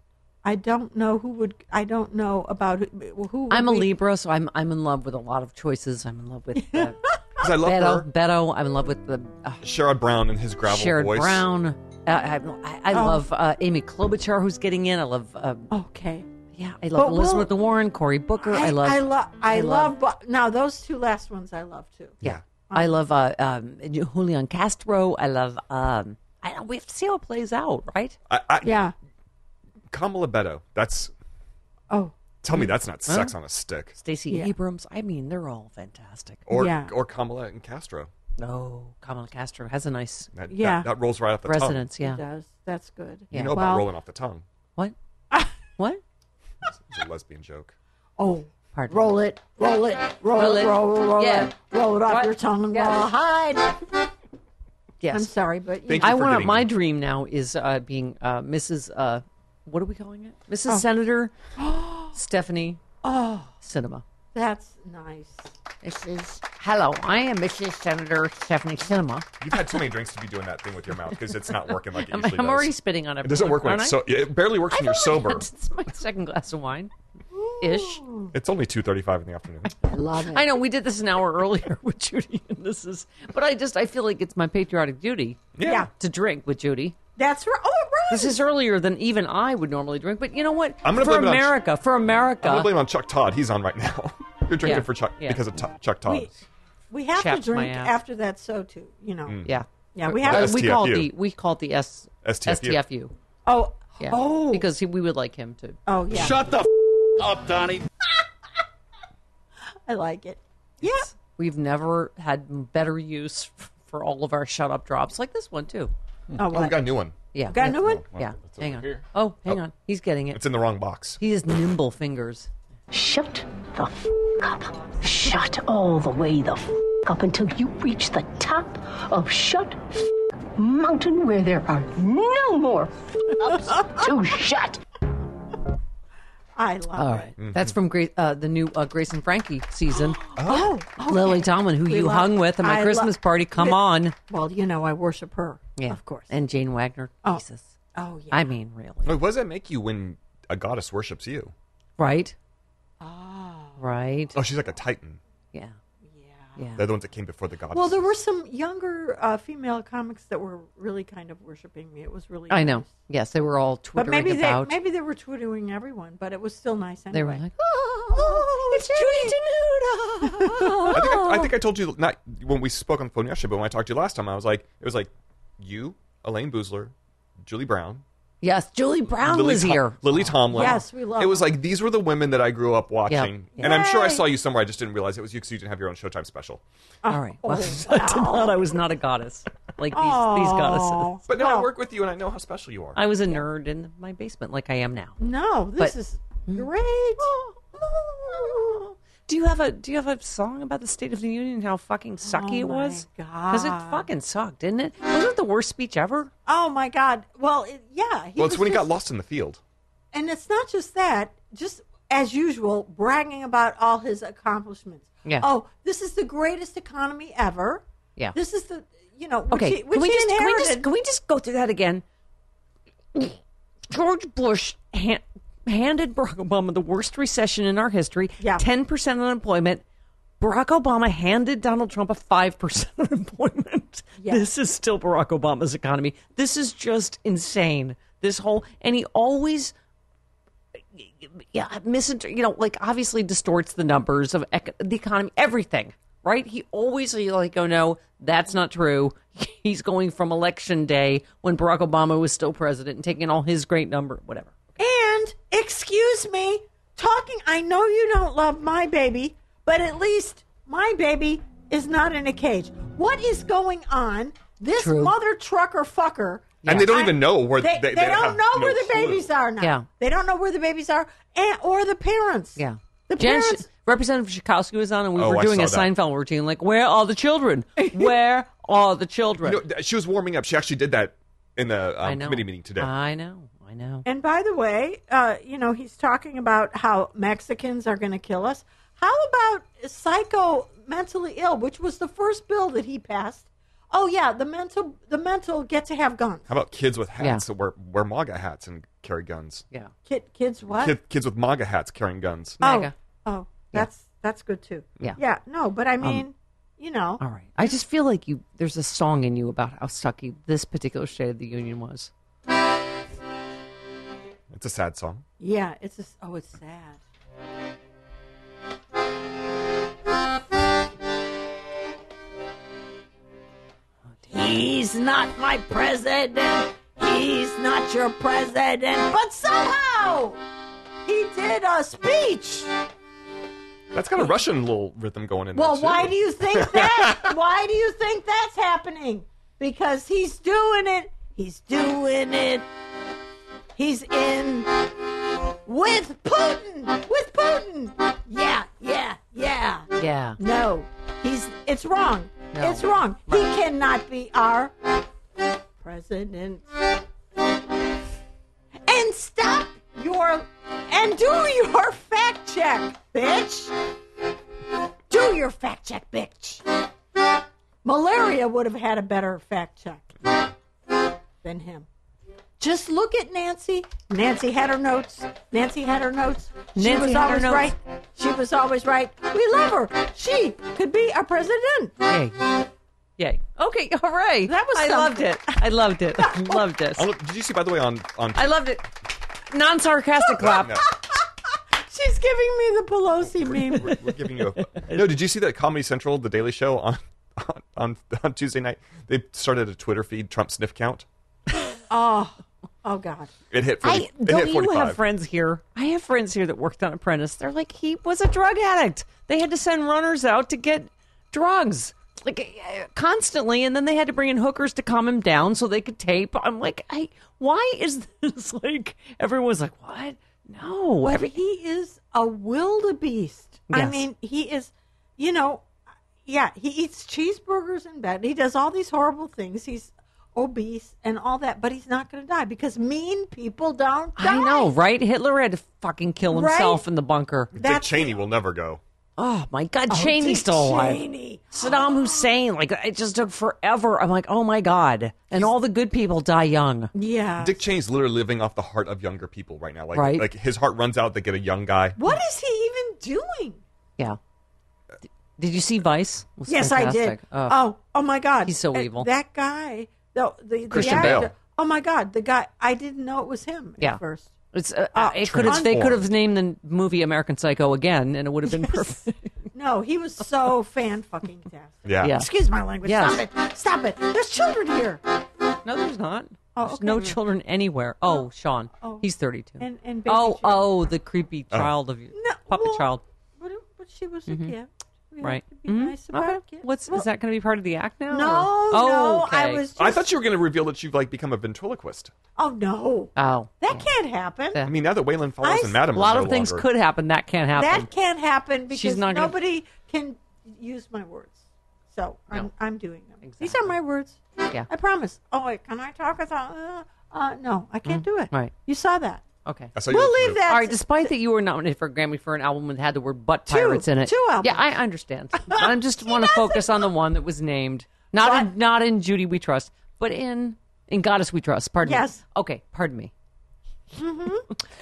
C: I don't know who would. I don't know about who. who would
B: I'm a
C: be-
B: Libra, so I'm I'm in love with a lot of choices. I'm in love with uh,
D: Because I love
B: Beto.
D: her.
B: Beto. I'm in love with the uh,
D: Sherrod Brown and his gravel
B: Sherrod
D: voice.
B: Brown. Uh, I, I, I
C: Oh.
B: love uh, Amy Klobuchar, who's getting in. I love. Uh,
C: Okay.
B: yeah, I love
C: But we'll-
B: Elizabeth Warren, Cory Booker. I, love.
C: I, love. I,
B: I
C: love. But now those two last ones I love too.
B: Yeah. I love uh, um, Julian Castro. I love. Um, I, we have to see how it plays out, right?
D: I, I,
C: Yeah.
D: Kamala Beto. That's
C: Oh.
D: tell me that's not sex on a stick.
B: Stacey
C: Yeah.
B: Abrams. I mean, they're all fantastic.
D: Or
C: Yeah.
D: or Kamala and Castro.
B: No, Kamala Castro has a nice
D: That, that-
C: Yeah.
D: that, rolls right off the tongue.
B: resonance. Yeah.
C: It does. That's good.
D: You know
C: Well-
D: about rolling off the tongue.
B: What? what?
D: It's a lesbian joke.
C: Oh.
B: Pardon.
C: Roll it, roll it, roll,
B: Roll
C: it,
B: it.
C: roll, roll
B: Yeah.
C: it, roll it off
B: What?
C: your tongue and
B: Yeah.
C: roll hide. I'm
B: Yes.
C: sorry, but you
D: Thank
B: I
D: you for
B: want
D: getting
B: my
D: me.
B: dream now is uh, being uh, Mrs. Uh, what are we calling it? Mrs.
C: Oh.
B: Senator Stephanie Cinema.
C: that's nice.
B: Mrs. Hello, I am Mrs. Senator Stephanie Cinema.
D: You've had too many drinks to be doing that thing with your mouth because it's not working like it
B: I'm,
D: usually
B: I'm
D: does.
B: already spitting on
D: it doesn't work when
B: aren't
D: it's
B: I?
D: so. It barely works when you're sober.
B: It's my second glass of wine, ish.
D: It's only two thirty-five in the afternoon.
C: I love it.
B: I know we did this an hour earlier with Judy, and this is. But I just I feel like it's my patriotic duty
D: Yeah.
B: to drink with Judy.
C: That's right. Oh, right.
B: This is earlier than even I would normally drink. But you know what?
D: I'm gonna
B: for
D: blame it on-
B: America, for America,
D: I'm gonna blame it on Chuck Todd. He's on right now. You're drinking
B: Yeah.
D: for Chuck
B: Yeah.
D: because of Tu- Chuck Todd.
C: we, we have to
B: Chapped my
C: drink
B: ass.
C: after that, so too. You know.
B: yeah,
C: Yeah, we
B: Uh,
C: have.
D: The
B: we call it
D: STFU.
B: the we call it the S
D: STFU.
B: STFU.
C: Oh,
B: Yeah.
C: oh,
B: because he, we would like him to.
C: oh, yeah.
G: Shut the f- up, Donnie.
C: I like it. Yeah.
B: We've never had better use f- for all of our shut up drops like this one too.
C: Oh,
D: Oh, we
C: what?
D: got a new one.
B: Yeah,
C: Got a new one?
B: Yeah, hang on. Oh, hang on, he's getting it.
D: It's in the wrong box.
B: He has nimble fingers.
H: Shut the f up. Shut all the way the f up until you reach the top of Shut F- Mountain, where there are no more f- ups to shut.
C: I love
B: All
C: it.
B: right. That's from Grace, uh, the new uh, Grace and Frankie season.
C: Oh,
B: Lily Tomlin, who
C: We
B: you
C: love-
B: hung with at my
C: I lo-
B: Christmas party. Come
C: Th-
B: on.
C: Well, you know I worship her.
B: Yeah.
C: of course.
B: And Jane Wagner.
C: Oh.
B: Jesus.
C: oh yeah.
B: I mean, really.
D: Wait, what does that make you when a goddess worships you?
B: Right? Oh. Right.
D: Oh, she's like a titan.
B: Yeah. Yeah. Yeah.
D: They're the ones that came before the goddess.
C: well, there were some younger uh, female comics that were really kind of worshiping me. It was really.
B: I know.
C: nice.
B: Yes, they were all twittering
C: But maybe
B: about.
C: they maybe they were twittering everyone, but it was still nice anyway.
B: they
C: Oh,
B: were like, "Oh,
C: it's Judy Tenuta.
D: I think I, I think I told you not when we spoke on the phone yesterday, but when I talked to you last time, I was like, it was like you, Elaine Boozler, Julie Brown,
B: yes, Julie Brown
D: Lily
B: was
D: Tom-
B: here.
D: Lily Tomlin.
C: Yes, we love
D: It was
C: her.
D: like these were the women that I grew up watching,
B: Yep.
D: and I'm sure I
C: Yay.
D: saw you somewhere. I just didn't realize it was you because you didn't have your own Showtime special.
C: Oh,
B: All right. Well, I did not. I was not a goddess like these, these goddesses.
D: But now I work with you, and I know how special you are.
B: I was a nerd in my basement like I am now.
C: No, this
B: But- Hmm.
C: is great.
B: Do you have a Do you have a song about the State of the Union and how fucking sucky it
C: Oh my
B: was? Because it
C: God.
B: fucking sucked, didn't it? Wasn't it the worst speech ever?
C: Oh my God! Well, it, yeah. He
D: well, it's
C: was
D: when he got
C: just-
D: lost in the field.
C: and it's not just that. Just as usual, bragging about all his accomplishments.
B: Yeah.
C: Oh, this is the greatest economy ever.
B: Yeah.
C: This is the you know which
B: Okay,
C: he, which
B: can we
C: he
B: just can we just
C: inherited.
B: can we just go through that again? George Bush han- handed Barack Obama the worst recession in our history.
C: Yeah.
B: ten percent unemployment. Barack Obama handed Donald Trump a five percent unemployment.
C: Yes.
B: This is still Barack Obama's economy. This is just insane. This whole and he always. Yeah, misinter- you know, like obviously distorts the numbers of ec- the economy, everything, right? He always he's like, oh no, that's not true. He's going from election day when Barack Obama was still president and taking all his great number, whatever.
C: and excuse me, talking. I know you don't love my baby, but at least my baby is not in a cage. What is going on? This mother trucker fucker.
D: And they don't even know where
C: they,
D: they- they have
C: don't know
D: no
C: where the
D: clue.
C: babies are now.
B: Yeah.
C: They don't know where the babies are and, or the parents.
B: Yeah.
C: The
B: Jan-
C: parents.
B: Representative Schakowsky was on, and we
D: Oh,
B: were
D: I
B: doing a
D: saw that.
B: Seinfeld routine, like, "Where are the children? Where are the children?"
D: No, th- she was warming up. She actually did that in the
B: I
D: um,
B: know.
D: committee meeting today.
C: Uh-huh.
B: I know. I know.
C: And by the way, uh, you know, he's talking about how Mexicans are going to kill us. How about psycho mentally ill, which was the first bill that he passed? Oh yeah, the mental the mental get to have guns.
D: How about kids with
B: Yeah.
D: hats that wear wear MAGA hats and carry guns?
B: Yeah.
C: Kid, kids what?
D: Kid, kids with MAGA hats carrying guns.
C: oh,
B: MAGA.
C: oh, that's that's good too.
B: Yeah.
C: yeah. No, but
D: Um,
C: I mean, you know,
B: All right. I just feel like you. There's a song in you about how sucky this particular State of the Union was.
D: It's a sad song.
C: yeah, it's just oh, it's sad. He's not my president. He's not your president. But somehow he did a speech.
D: That's got a Russian little rhythm going in
C: Well,
D: there.
C: why do you think that? why do you think that's happening? Because he's doing it. He's doing it. He's in with Putin. With Putin. Yeah, yeah, yeah.
B: Yeah.
C: No, he's it's wrong.
B: No.
C: It's wrong. He cannot be our president. And stop your and do your fact check, bitch. Do your fact check, bitch. Malaria would have had a better fact check than him. Just look at Nancy. Nancy had her notes. Nancy had her notes. she
B: Nancy
C: was
B: had her
C: always
B: notes.
C: right. She was always right. We love her. She could be our president.
B: Yay. Yay. Okay. Hooray.
C: That was
B: I loved
C: something.
B: it. I loved it. I loved it.
D: Oh, look, did you see, by the way, on on
B: I loved it. Non sarcastic clap.
D: No,
C: She's giving me the Pelosi meme.
D: we're giving you a no. Did you see that Comedy Central, The Daily Show, on on on, on Tuesday night? They started a Twitter feed Trump sniff count.
C: Oh God.
D: It hit. 40,
B: I
D: it
B: don't
D: hit
B: you
D: 45.
B: have friends here? I have friends here that worked on Apprentice. They're like he was a drug addict. They had to send runners out to get drugs like uh, constantly, and then they had to bring in hookers to calm him down so they could tape. I'm like, I, why is this like everyone's like what? No,
C: But
B: every,
C: he is a wildebeest. I
B: Yes.
C: mean, he is, you know, yeah, he eats cheeseburgers in bed. He does all these horrible things. He's obese and all that, but he's not going to die because mean people don't die.
B: I know, right? Hitler had to fucking kill
C: Right?
B: himself in the bunker.
D: Dick
C: That's
D: Cheney will never go.
B: Oh my God,
C: Oh,
B: Cheney's
C: Dick
B: still alive.
C: Cheney.
B: Saddam Hussein, like it just took forever. I'm like, oh my God. And all the good people die young.
C: Yeah.
D: Dick Cheney's literally living off the heart of younger people right now. Like,
B: Right.
D: like his heart runs out, they get a young guy.
C: What is he even doing?
B: Yeah. D- Did you see Vice? It was
C: Yes, I did.
B: fantastic.
C: Oh.
B: Oh.
C: oh, my God,
B: He's so
C: And
B: evil.
C: That guy, no, the, the
D: Christian
C: actor-
D: Bale.
C: Oh my God, the guy. I didn't know it was him
B: Yeah.
C: at first.
B: It's uh, uh, it could have they could have named the movie American Psycho again, and it would have been perfect.
C: No, he was so fan fucking tastic.
D: Yeah.
B: Yeah.
C: Excuse my language.
B: Yeah.
C: Stop it. Stop it. There's children here.
B: No, there's not.
C: Oh,
B: there's
C: okay.
B: no children anywhere. Oh, Sean,
C: Oh.
B: he's 32.
C: And- and baby
B: oh,
C: Jane.
B: oh, the creepy child of you,
C: No,
B: puppet
C: well,
B: child,
C: But, but she was a kid. We have
B: Mm-hmm. right?
C: to be
B: Mhm.
C: nice about
B: Okay.
C: kids.
B: What's
C: Well,
B: is that going to be part of the act now?
C: No,
B: or-
C: no.
B: Oh,
C: I
B: okay.
C: was. Just,
D: I thought you were going to reveal that you've like become a ventriloquist.
C: Oh no,
B: Oh,
C: that can't happen.
B: Yeah.
D: I mean, now that Waylon Follows
C: I-
D: and Madam
B: a lot
D: are
B: of
D: no
B: things
D: longer-
B: could happen. That can't happen.
C: That can't happen because
B: not gonna-
C: nobody can use my words. So I'm,
B: No.
C: I'm doing them. These are my words.
B: Yeah.
C: I promise. Oh, wait, can I talk without? Uh, uh, no, I can't do it.
B: Mm. right.
C: You saw that.
B: okay.
D: I saw you
C: We'll
D: look
C: leave
D: through.
C: that.
B: All right. Despite that, you were nominated for a Grammy for an album that had the word "butt
C: Two.
B: pirates" in it.
C: Two albums.
B: Yeah, I understand. I just want to focus on the one that was named not in, not in Judy We Trust, but in in Goddess We Trust. Pardon me.
C: Yes. Mm-hmm.
B: Okay. Pardon me.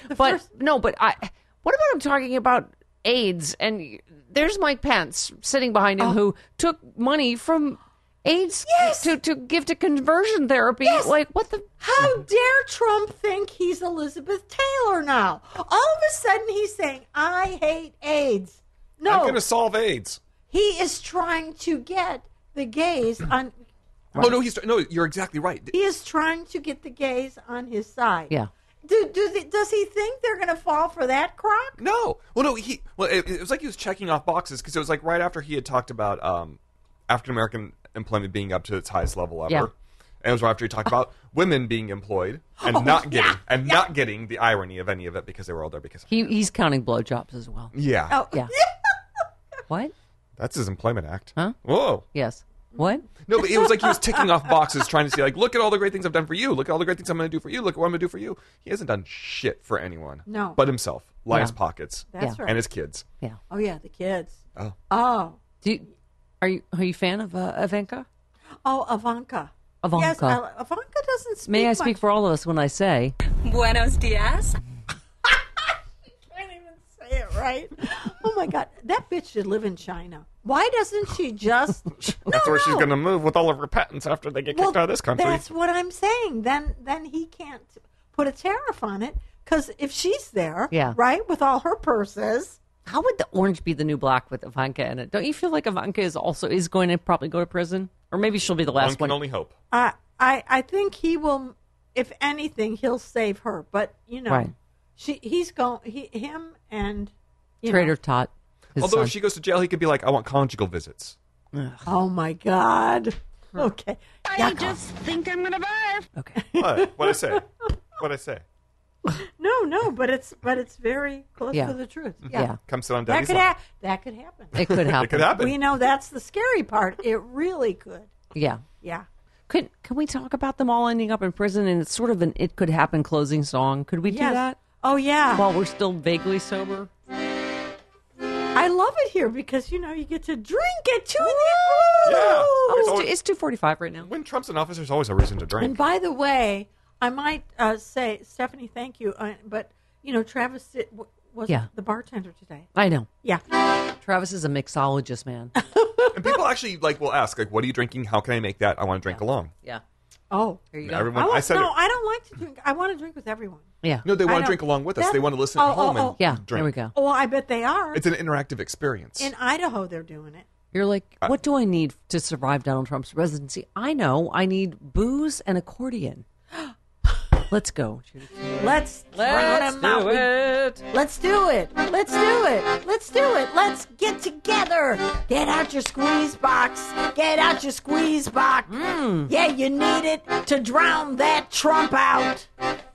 C: The
B: But
C: first-
B: no, but I. What about I'm talking about AIDS and there's Mike Pence sitting behind him who took money from AIDS
C: Oh. Yes.
B: to to give to conversion therapy. Like what the
C: how dare Trump think he's Elizabeth Taylor now? All of a sudden, he's saying, "I hate AIDS."
D: I'm
C: No,
D: going to solve AIDS.
C: he is trying to get the gays on.
D: Oh no, he's no. You're exactly right.
C: He is trying to get the gays on his side.
B: Yeah.
C: Do, do they, does he think they're going to fall for that crock?
D: No. Well, no. He. Well, it, it was like he was checking off boxes because it was like right after he had talked about um, African American employment being up to its highest level ever,
B: Yeah. Oh,
D: and it was right after he talked about women being employed and not getting and not getting the irony of any of it because they were all there because.
B: he, he's counting blowjobs as well.
D: yeah.
C: Oh,
B: Yeah. What?
D: That's his employment act.
B: Huh?
D: Whoa.
B: Yes. What?
D: No, but it was like he was ticking off boxes, trying to see like, look at all the great things I've done for you. Look at all the great things I'm going to do for you. Look at what I'm going to do for you. He hasn't done shit for anyone.
C: No.
D: But himself, Linus
B: Yeah.
D: pockets,
C: That's
B: Yeah.
C: right.
D: and his kids.
B: Yeah.
C: oh yeah, the kids.
D: Oh.
C: Oh,
B: Do you, are you are you a fan of uh, Ivanka?
C: oh, Ivanka.
B: Ivanka.
C: Yes, I, Ivanka doesn't speak.
B: May I speak
C: much.
B: for all of us when I say
E: Buenos dias.
C: can't even say it right. oh my God, that bitch should live in China. Why doesn't she just? no,
D: That's where she's
C: no.
D: going to move with all of her patents after they get
C: Well,
D: kicked out of this country.
C: That's what I'm saying. Then, then he can't put a tariff on it because if she's there,
B: Yeah.
C: right, with all her purses.
B: how would the orange be the new black with Ivanka in it? Don't you feel like Ivanka is also is going to probably go to prison, or maybe she'll be the
D: One
B: last
D: can
B: one?
D: only hope.
C: I, I, I think he will. If anything, he'll save her. But you know,
B: Right.
C: she, he's going. He, him, and you know-
B: Trader Tot. His
D: Although
B: son.
D: if she goes to jail, he could be like, I want conjugal visits.
C: Oh my God. Okay. Yakov.
H: think I'm gonna burst.
B: okay.
D: What? What I say? What I say?
C: No, no, but it's but it's very close
B: Yeah.
C: to the truth. Yeah.
B: Yeah.
D: Come sit on
C: That
D: daddy's
C: could
D: lap.
C: ha- that could happen.
B: It could happen.
D: It could happen.
C: we know that's the scary part. It really could.
B: Yeah.
C: Yeah.
B: Could can we talk about them all ending up in prison? And it's sort of an it could happen closing song. Could we do
C: Yes.
B: that
C: Oh yeah.
B: while we're still vaguely sober?
C: I love it here because you know you get to drink at two
D: Yeah.
C: in the afternoon.
B: Oh,
D: There's
B: it's
D: always-
B: two- it's two forty five right now.
D: when Trump's in office, there's always a reason to
C: And
D: drink.
C: by the way, I might uh, say, Stephanie, thank you. Uh, but you know, Travis si- w- was
B: Yeah.
C: the bartender today.
B: I know.
C: Yeah.
B: Travis is a mixologist, man.
D: And people actually like will ask, like, what are you drinking? How can I make that? I want to drink along.
B: yeah.
C: Oh.
B: There you go.
D: Everyone,
C: I,
D: I
C: want,
D: said
C: no,
D: it.
C: I don't like to drink. I want to drink with everyone.
B: Yeah.
D: No, they
C: I
D: want
C: don't-
D: to drink along with us.
C: That-
D: They want to listen
C: oh,
D: at home
C: oh, oh.
D: and
B: yeah. There
D: drink.
B: we go.
C: Oh, I bet they are.
D: It's an interactive experience.
C: In Idaho, they're doing it.
B: You're like, what do I need to survive Donald Trump's presidency? I know I need booze and accordion. Let's go. Judy.
C: Let's let's do it. Let's do it. Let's do it. Let's do it. Let's get together. Get out your squeeze box. Get out your squeeze box.
B: Hmm.
C: Yeah, you need it to drown that Trump out.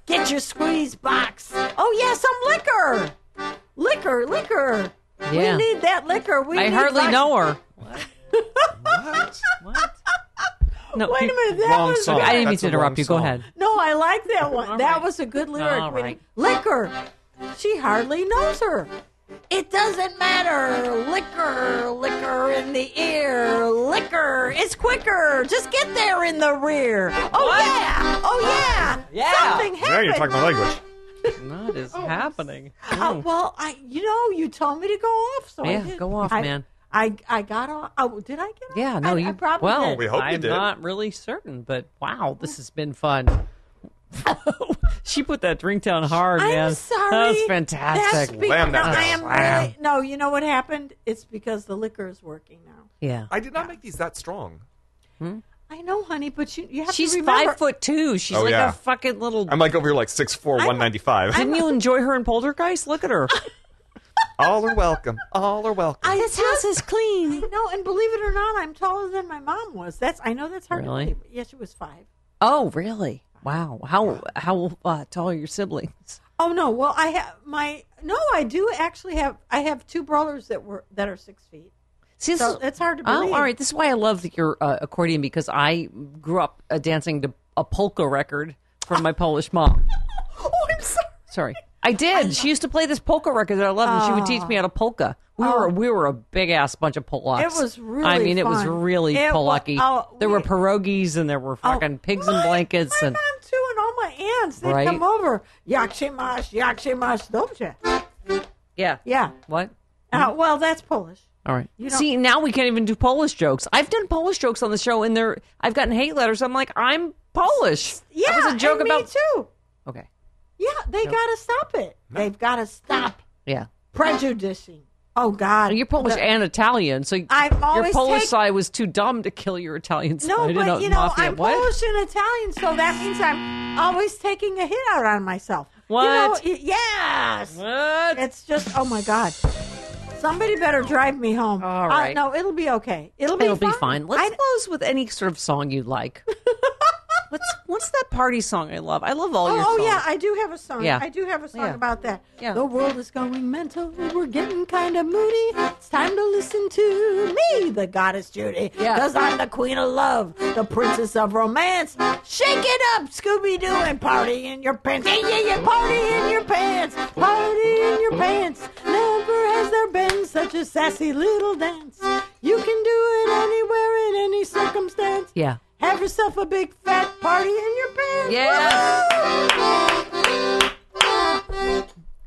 C: Get your squeeze box. Oh yeah, some liquor. Liquor, liquor.
B: Yeah.
C: We need that liquor. We
B: I
C: need
B: hardly
C: vodka.
B: know her. No,
C: Wait a
B: you-
C: minute, that
D: Wrong
C: was
D: song.
B: I didn't mean
D: That's
B: to
D: a
B: interrupt
D: wrong
B: you. Go
D: song.
B: ahead.
C: No, I like that one. that
B: right.
C: was a good lyric.
B: All
C: When-
B: right.
C: Liquor. She hardly knows her. It doesn't matter. Liquor, liquor in the ear. Liquor is quicker. Just get there in the rear. Oh yeah. Oh yeah.
A: Yeah.
C: Something
D: Now
C: happened.
D: you're talking my language.
B: What is happening?
C: Oh, well, I you know you told me to go off, so I
B: Yeah,
C: did.
B: go off,
C: I-
B: man.
C: I I got off. Oh, did I get off?
B: Yeah, no,
C: I,
B: you
C: I probably
B: well.
C: did.
D: We hope you
B: I'm
D: did.
B: not really certain, but wow, this has been fun. she put that drink down hard,
C: I'm
B: man.
C: sorry.
B: that was
C: That's
B: fantastic.
C: be-
D: Slam
C: no,
D: that
C: I
D: down.
C: am
D: Slam.
C: really- no, you know what happened? It's because the liquor is working now.
B: yeah,
D: I did not make these that strong.
C: I know, honey, but you, you have
B: she's
C: to remember.
B: five foot two. She's
D: Oh,
B: like
D: yeah.
B: a fucking little.
D: I'm like over here like 6'4", 195.
B: Didn't you enjoy her in Poltergeist? Look at her.
D: All are welcome. All are welcome.
C: I
E: This house is clean.
C: no, and believe it or not, I'm taller than my mom was. That's I know that's hard.
B: Really?
C: To believe. Yeah, she was five.
B: Oh, really? Wow. How how uh, tall are your siblings?
C: Oh no, well I have my no, I do actually have I have two brothers that were that are six feet.
B: See, this
C: So
B: is-
C: it's hard to
B: Oh,
C: believe.
B: all right. This is why I love your uh, accordion because I grew up uh, dancing to a polka record from my Polish mom.
C: Oh, I'm sorry.
B: Sorry, I did. she used to play this polka record that I loved, and she would teach me
C: Oh.
B: how to polka. We were we were a big ass bunch of Polacks.
C: It was really
B: I mean, it was
C: fun.
B: really
C: It wa-
B: Polacki.
C: oh,
B: there were
C: we-
B: pierogies and there were fucking pigs
C: Oh. my,
B: and blankets
C: my
B: and
C: mom too, and all my aunts they
B: Right.
C: come over. Yakshimash, yakshimash, dobře.
B: yeah,
C: Yeah.
B: What?
C: Uh, well, that's Polish.
B: All right.
C: You don't-
B: See, now we can't even do Polish jokes. I've done Polish jokes on the show, and they're I've gotten hate letters. I'm like, I'm Polish.
C: Yeah,
B: that was a joke
C: and me
B: about
C: too.
B: Okay.
C: Yeah, they gotta stop it. They've gotta stop
B: Yeah.
C: prejudicing. Oh God,
B: You're Polish
C: The-
B: and Italian, so
C: I've
B: your
C: always
B: Polish
C: take-
B: side was too dumb to kill your Italian side.
C: No,
B: in
C: but
B: a
C: you know,
B: mafia.
C: I'm
B: what?
C: Polish and Italian, so that means I'm always taking a hit out on myself. You know,
B: What?
C: y- yes.
B: What?
C: It's just, oh my God. Somebody better drive me home.
B: All
C: Uh,
B: right.
C: no, it'll be okay. It'll be
B: It'll
C: fine.
B: be fine. Let's
C: I-
B: close with any sort of song you like. what's what's that party song I love? I love all your
C: Oh,
B: songs.
C: oh, yeah, I do have a song.
B: Yeah.
C: I do have a song
B: Yeah.
C: about that.
B: Yeah.
C: The world is going mental. We're getting kind of moody. It's time to listen to me, the goddess Judy.
B: Yeah.
C: Because I'm the queen of love, the princess of romance. Shake it up, Scooby Doo, and party in your pants. Yeah, yeah, yeah, party in your pants. Party in your pants. Never has there been such a sassy little dance. You can do it anywhere in any circumstance.
B: Yeah.
C: Have yourself a big fat party in your pants.
B: Yes.
C: I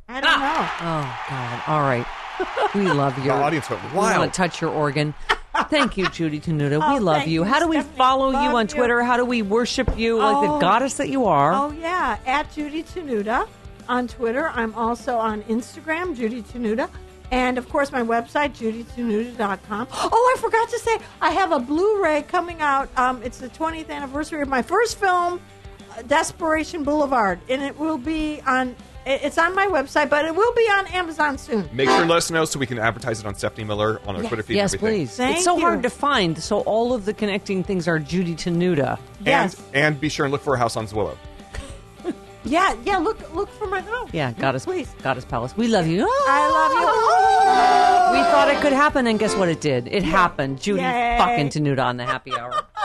C: don't know.
B: Oh God! All right, we love you.
D: The audience went
B: We
D: wild.
B: want to touch your organ. Thank you, Judy Tenuta.
C: Oh,
B: We love
C: thank
B: you.
C: you,
B: How do we
C: Stephanie.
B: follow
C: Love
B: you on
C: you.
B: Twitter? How do we worship you like the
C: Oh.
B: goddess that you are?
C: Oh yeah, at Judy Tenuta on Twitter. I'm also on Instagram, Judy Tenuta. And of course, my website, judytenuta.com. Oh, I forgot to say, I have a Blu ray coming out. Um, it's the 20th anniversary of my first film, uh, Desperation Boulevard. And it will be on, it- it's on my website, but it will be on Amazon soon.
D: Make sure to let us know so we can advertise it on Stephanie Miller on our Twitter feed.
B: Yes,
D: and everything.
B: please.
C: Thank
B: it's so
C: you.
B: hard to find, so all of the connecting things are Judy Tenuta.
D: And,
C: yes.
D: and be sure and look for House on Zwillow.
C: Yeah, yeah, look look for my oh, house.
B: Yeah, Goddess,
C: Mm, Please.
B: Goddess Palace. We love you. Ah!
C: I love you. Oh.
B: We thought it could happen, and guess what? It did. It happened. Judy
C: Yay.
B: fucking Tenuta on the happy hour.